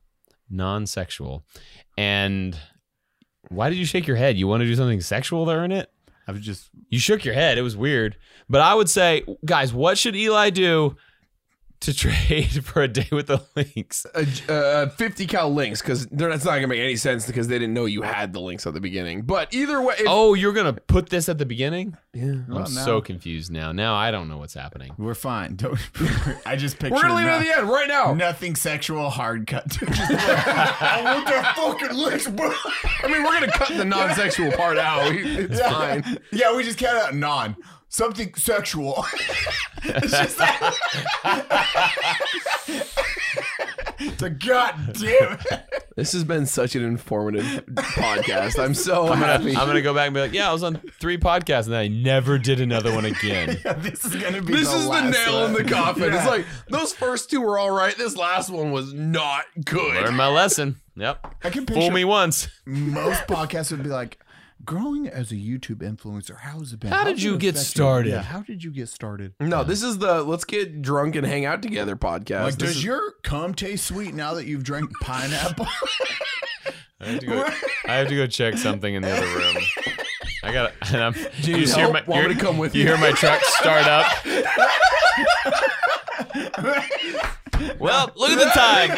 C: non-sexual. And why did you shake your head? You want to do something sexual to earn it?
A: I was just
C: You shook your head. It was weird. But I would say, guys, what should Eli do to trade for a day with the links?
B: Uh, j- uh, 50 cal links because that's not gonna make any sense because they didn't know you had the links at the beginning. But either way, if-
C: Oh, you're gonna put this at the beginning?
B: yeah.
A: well,
C: I'm
A: now
C: so confused now. Now I don't know what's happening.
A: We're fine. Don't. I just pictured.
B: we're gonna leave it
A: no-
B: at the end right now.
A: Nothing sexual. Hard cut. to- just like, I want their fucking lips, bro.
B: I mean, we're gonna cut the non-sexual part out. It's fine.
A: Yeah, we just cut out non. Something sexual. it's just that. it's like, God damn it.
B: This has been such an informative podcast. I'm so
C: I'm
B: happy.
C: gonna go back and be like, yeah, I was on three podcasts and then I never did another one again.
A: This is gonna be.
B: This is the
A: last
B: nail in the
A: one.
B: coffin. It's
A: Yeah.
B: like those first two were all right. This last one was not good.
C: Learned my lesson. Yep.
A: I can
C: Fool
A: picture
C: me once.
A: most podcasts would be like, growing as a YouTube influencer, how's it been?
C: How did
A: How's
C: you
A: it
C: get
A: affect
C: started?
A: Yeah, how did you get started?
B: No, this is the let's get drunk and hang out together podcast.
A: Like,
B: This
A: does
B: is-
A: your cum taste sweet now that you've drank pineapple?
C: I have to go, I have to go check something in the other room. I got. And I'm. you just
B: help?
C: hear my.
B: Want me
C: you're-
B: to come with
C: You
B: you?
C: hear my truck start up. well, look at the time.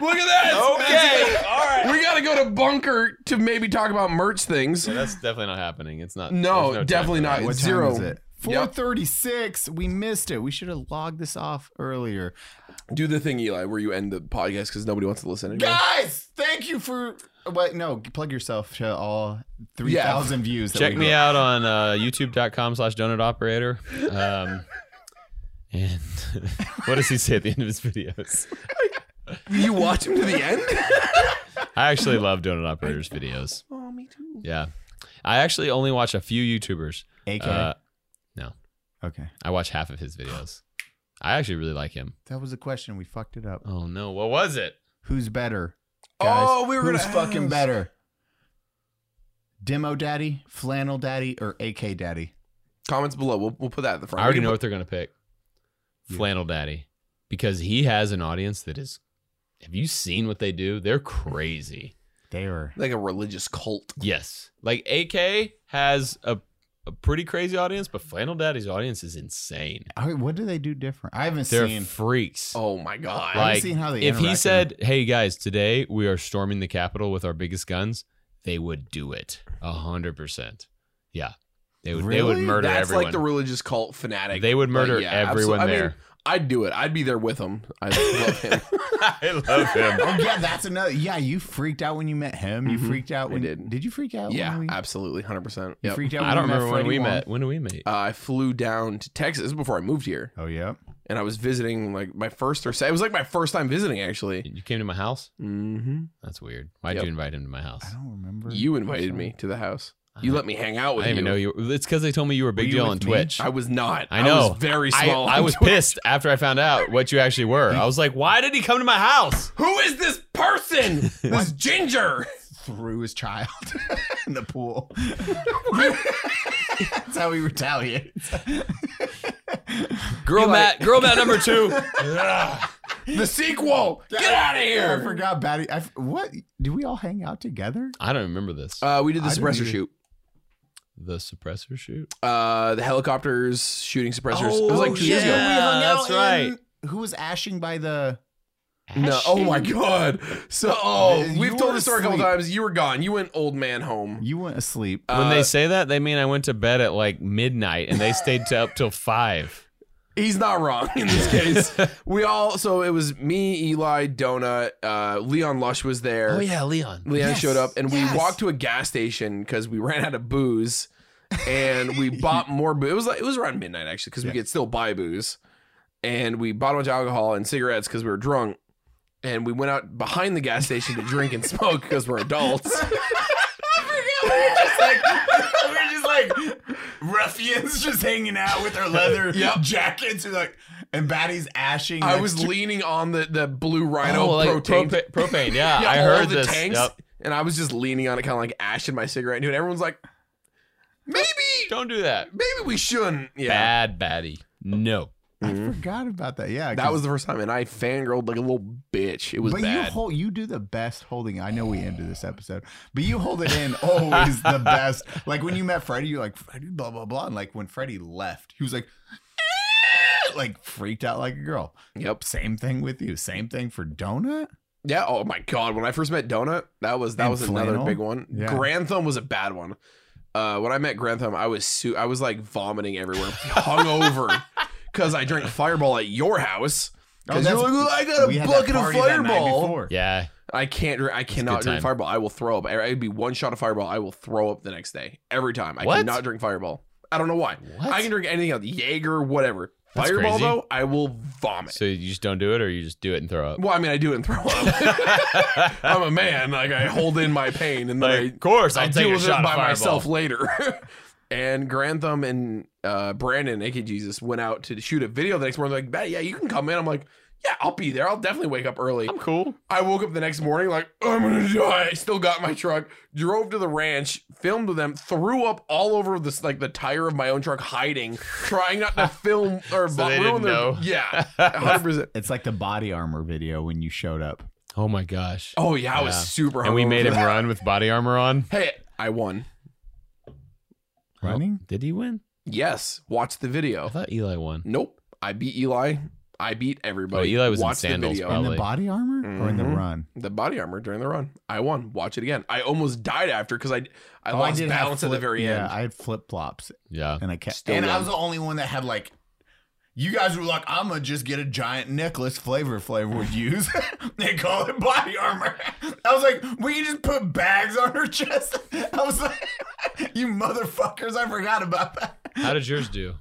B: Look at that.
C: Okay.
D: All right.
B: We gotta go to bunker to maybe talk about merch things.
C: That's definitely not happening. It's not.
B: No,
C: there's time
B: definitely
C: for that.
B: not. Zero.
A: Four thirty-six. We missed it. We should have logged this off earlier,
B: Do the thing, Eli, where you end the podcast because nobody wants to listen. Anymore.
A: guys. Thank you for. Wait, no, plug yourself to all three thousand views. that
C: Check
A: we
C: me
A: got.
C: out on uh, youtube.com slash donut operator. Um, and what does he say at the end of his videos?
B: You watch him to the end.
C: I actually love donut operators videos.
B: oh, me too.
C: Yeah. I actually only watch a few YouTubers.
A: Okay.
C: Uh,
A: okay,
C: I watch half of his videos. I actually really like him.
A: that was a question. We fucked it up.
C: Oh no, what was it?
A: Who's better? Guys,
B: Oh, we were
A: who's
B: gonna
A: fucking
B: ask.
A: better? Demo Daddy, Flannel Daddy, or AK Daddy?
B: Comments below. We'll, we'll put that at the front.
C: I already
B: We
C: know
B: can
C: what they're gonna pick. Flannel Daddy, because he has an audience that is. Have you seen what they do? They're crazy.
A: They are.
B: put, like a religious cult.
C: Yes, like AK has a a pretty crazy audience, but Flannel Daddy's audience is insane.
A: I mean, what do they do different? I haven't
C: They're
A: seen.
C: freaks.
B: Oh my god.
A: haven't
C: like
A: seen how they
C: if
A: interact
C: he
A: with
C: said, "Hey guys, today we are storming the Capitol with our biggest guns," they would do it a hundred percent. Yeah, They would they would
A: Really?
C: murder
B: That's
C: everyone.
B: like the religious cult fanatic.
C: They would
B: Like,
C: murder
B: yeah,
C: everyone
B: absolute- I mean,
C: there.
B: I'd do it. I'd be there with him. I love him.
C: I love him.
A: Oh yeah, that's another. Yeah, you freaked out when you met him. You freaked out when
B: did.
A: you freak out?
B: yeah,
A: when we,
B: absolutely, hundred percent.
A: you
B: Yep.
A: freaked out.
C: I don't
A: you met
C: remember when
A: Freddie
C: we
A: Wong?
C: met. When did we meet?
B: Uh, I flew down to Texas This is before I moved here,
A: Oh yeah.
B: and I was visiting like my first or se- it was like my first time visiting actually.
C: You came to my house.
B: Mm-hmm.
C: That's weird. Why'd
B: Yep.
C: you invite him to my house?
A: I don't remember.
B: You
A: I'm
B: invited
A: sorry.
B: me to the house.
C: I
B: You
C: don't-
B: let me hang out
C: Uh, I
B: with
C: didn't even know
B: you.
C: you. It's because they told me you were a big
A: Were you
C: deal on
A: with me?
C: Twitch.
B: I was not.
C: I know.
B: was very
C: I,
B: small.
C: I was pissed after I found out what you actually were. I was like, why did he come to my house?
B: Who is this person? this ginger.
A: Threw his child in the pool. that's how he retaliates.
C: Girl
B: like-
C: Matt, girl Matt number two.
B: The sequel. Get out of
A: I
B: here.
A: forgot Batty. I, f- what? Do we all hang out together?
C: I don't remember this.
B: Uh, we did the
A: I didn't
B: suppressor
A: either.
B: shoot.
C: the suppressor shoot.
B: Uh, the helicopters shooting suppressors. it
A: Oh,
B: was like two years ago.
C: yeah. that's right.
A: in- who was ashing by the?
B: No. Oh my god. So oh,
A: You
B: we've told
A: were
B: the story a couple
A: asleep.
B: times. You were gone. You went old man home.
A: You went asleep.
C: When
B: Uh,
C: they say that, they mean I went to bed at like midnight and they stayed t- up till five. Oh,
B: He's not wrong in this case. we all so it was me, Eli, Donut, uh, Leon Lush was there.
C: Oh yeah, Leon.
B: Leon
A: Yes,
B: showed up and
A: yes.
B: we walked to a gas station because we ran out of booze and we bought more booze. It was like it was around midnight actually because
A: Yeah.
B: we could still buy booze. And we bought a bunch of alcohol and cigarettes because we were drunk. And we went out behind the gas station to drink and smoke because we're adults.
A: we were just like ruffians just hanging out with their leather
B: Yep.
A: jackets and like and Batty's ashing.
B: I
A: next
B: was
A: to-
B: leaning on the, the blue rhino
C: Oh, like
B: protein.
C: propa- propane. Yeah,
B: Yeah,
C: I
B: all
C: heard
B: the
C: this.
B: tanks,
C: Yep.
B: and I was just leaning on it, kind of like ash in my cigarette, and everyone's like, maybe,
C: Don't do that.
B: maybe we shouldn't. Yeah,
C: Bad baddie. No.
A: I
B: Mhm.
A: forgot about that. Yeah,
B: that was the first time, and I fangirled like a little bitch. It was
A: but
B: bad.
A: you hold you do the best holding. I know we ended this episode, but you hold it in always the best. Like when you met Freddie, you're like Freddie, blah blah blah, and like when Freddie left, he was like, "Eh," like freaked out like a girl.
B: yep.
A: Same thing with you. Same thing for Donut.
B: Yeah. Oh my god. When I first met Donut, that was that
A: And
B: was another
A: flannel.
B: big one.
A: Yeah.
B: Grantham was a bad one. Uh, when I met Grantham, I was su- I was like vomiting everywhere, hungover, because I drank Fireball at your house. Because
A: Oh, that's-
B: you're like, "Well, I got
A: we
B: a
A: had that
B: bucket of
A: party that night
B: Fireball.
A: before.
C: Yeah.
B: I can't. drink- I cannot
C: good
B: drink
C: time.
B: Fireball. I will throw up. I- I'd be one shot of Fireball. I will throw up the next day. Every time. I
C: What?
B: cannot drink Fireball. I don't know why.
C: What?
B: I can drink anything else. Jaeger, whatever.
C: That's
B: Fireball
C: crazy.
B: though, I will vomit.
C: So you just don't do it, or you just do it and throw up.
B: well, I mean, I do it and throw up. I'm a man. Like I hold in my pain and then
C: of course,
B: I, I
C: I'll take
B: deal
C: a
B: with it
C: shot of
B: by
C: Fireball.
B: myself later. and Grantham and uh, Brandon, aka Jesus, went out to shoot a video the next morning. They're like, "Bat, yeah, you can come in. I'm like, yeah, I'll be there. I'll definitely wake up early.
C: I'm cool.
B: I woke up the next morning like I'm gonna die. I still got my truck. Drove to the ranch, filmed with them, threw up all over this like the tire of my own truck, hiding, trying not to film or
C: So they
B: ruin
C: didn't
B: their-
C: know.
B: Yeah, hundred percent.
A: It's like the body armor video when you showed up.
C: Oh my gosh.
B: Oh yeah, I was
C: Yeah.
B: super.
C: and we
B: hungover
C: made
B: for
C: him
B: that.
C: run with body armor on.
B: Hey, I won.
A: Running?
C: Did he win?
B: Yes, watch the
C: I
B: video.
C: thought Eli won.
B: Nope, I beat Eli. I beat everybody.
C: Oh, Eli was in
B: watch
C: sandals,
B: The, video.
A: In
C: probably.
A: the body armor or in the
B: Mhm.
A: run?
B: the body armor during the run. I won. Watch it again. I almost died after because I I
A: Oh,
B: lost
A: did have
B: balance at the
A: flip-
B: very
A: yeah,
B: end.
A: I had flip flops
C: Yeah.
A: and I kept.
B: Still
A: and I
B: won.
A: was the only one that had like. You guys were like, I'm gonna just get a giant necklace Flavor Flavor would use. they call it body armor. I was like, we can just put bags on her chest. I was like, you motherfuckers, I forgot about that.
C: How did yours do?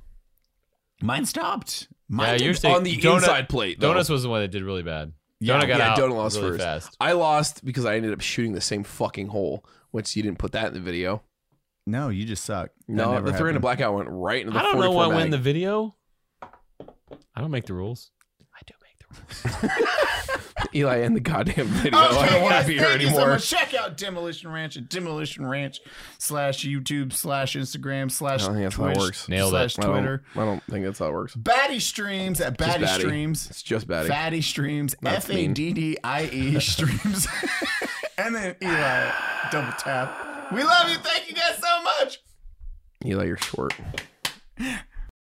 A: Mine stopped.
C: Yeah,
A: Mine
C: yours
A: did-
C: did-
B: on the
C: Donut-
B: inside plate. though.
C: Donuts was the one that did really bad.
A: Yeah,
C: Donut got
B: yeah,
C: out
B: Donut lost
C: really
B: first.
C: fast.
B: I lost because I ended up shooting the same fucking hole, which you didn't put that in the video.
A: no, you just suck. That
B: No, the
A: never
B: three in a
A: happened.
B: blackout went right into the
C: I don't know
B: 44
C: what
B: bag.
C: went in the video. I don't make the rules. I do make the rules.
B: Eli and the goddamn video.
A: Okay,
B: I don't want
A: guys,
B: to be here
A: thank you so
B: anymore.
A: much. Check out Demolition Ranch at Demolition Ranch slash YouTube slash Instagram slash
B: I don't think Oh, that's how it
A: Twitch
B: works.
C: Nailed it.
A: slash
B: I don't-
A: Twitter.
B: I don't think that's how it works.
A: Batty streams at Batty,
B: Batty.
A: streams.
B: It's just bad.
A: Fatty streams.
B: That's
A: F A D D I E streams. and then Eli double tap. We love you. Thank you guys so much.
B: Eli, you're short.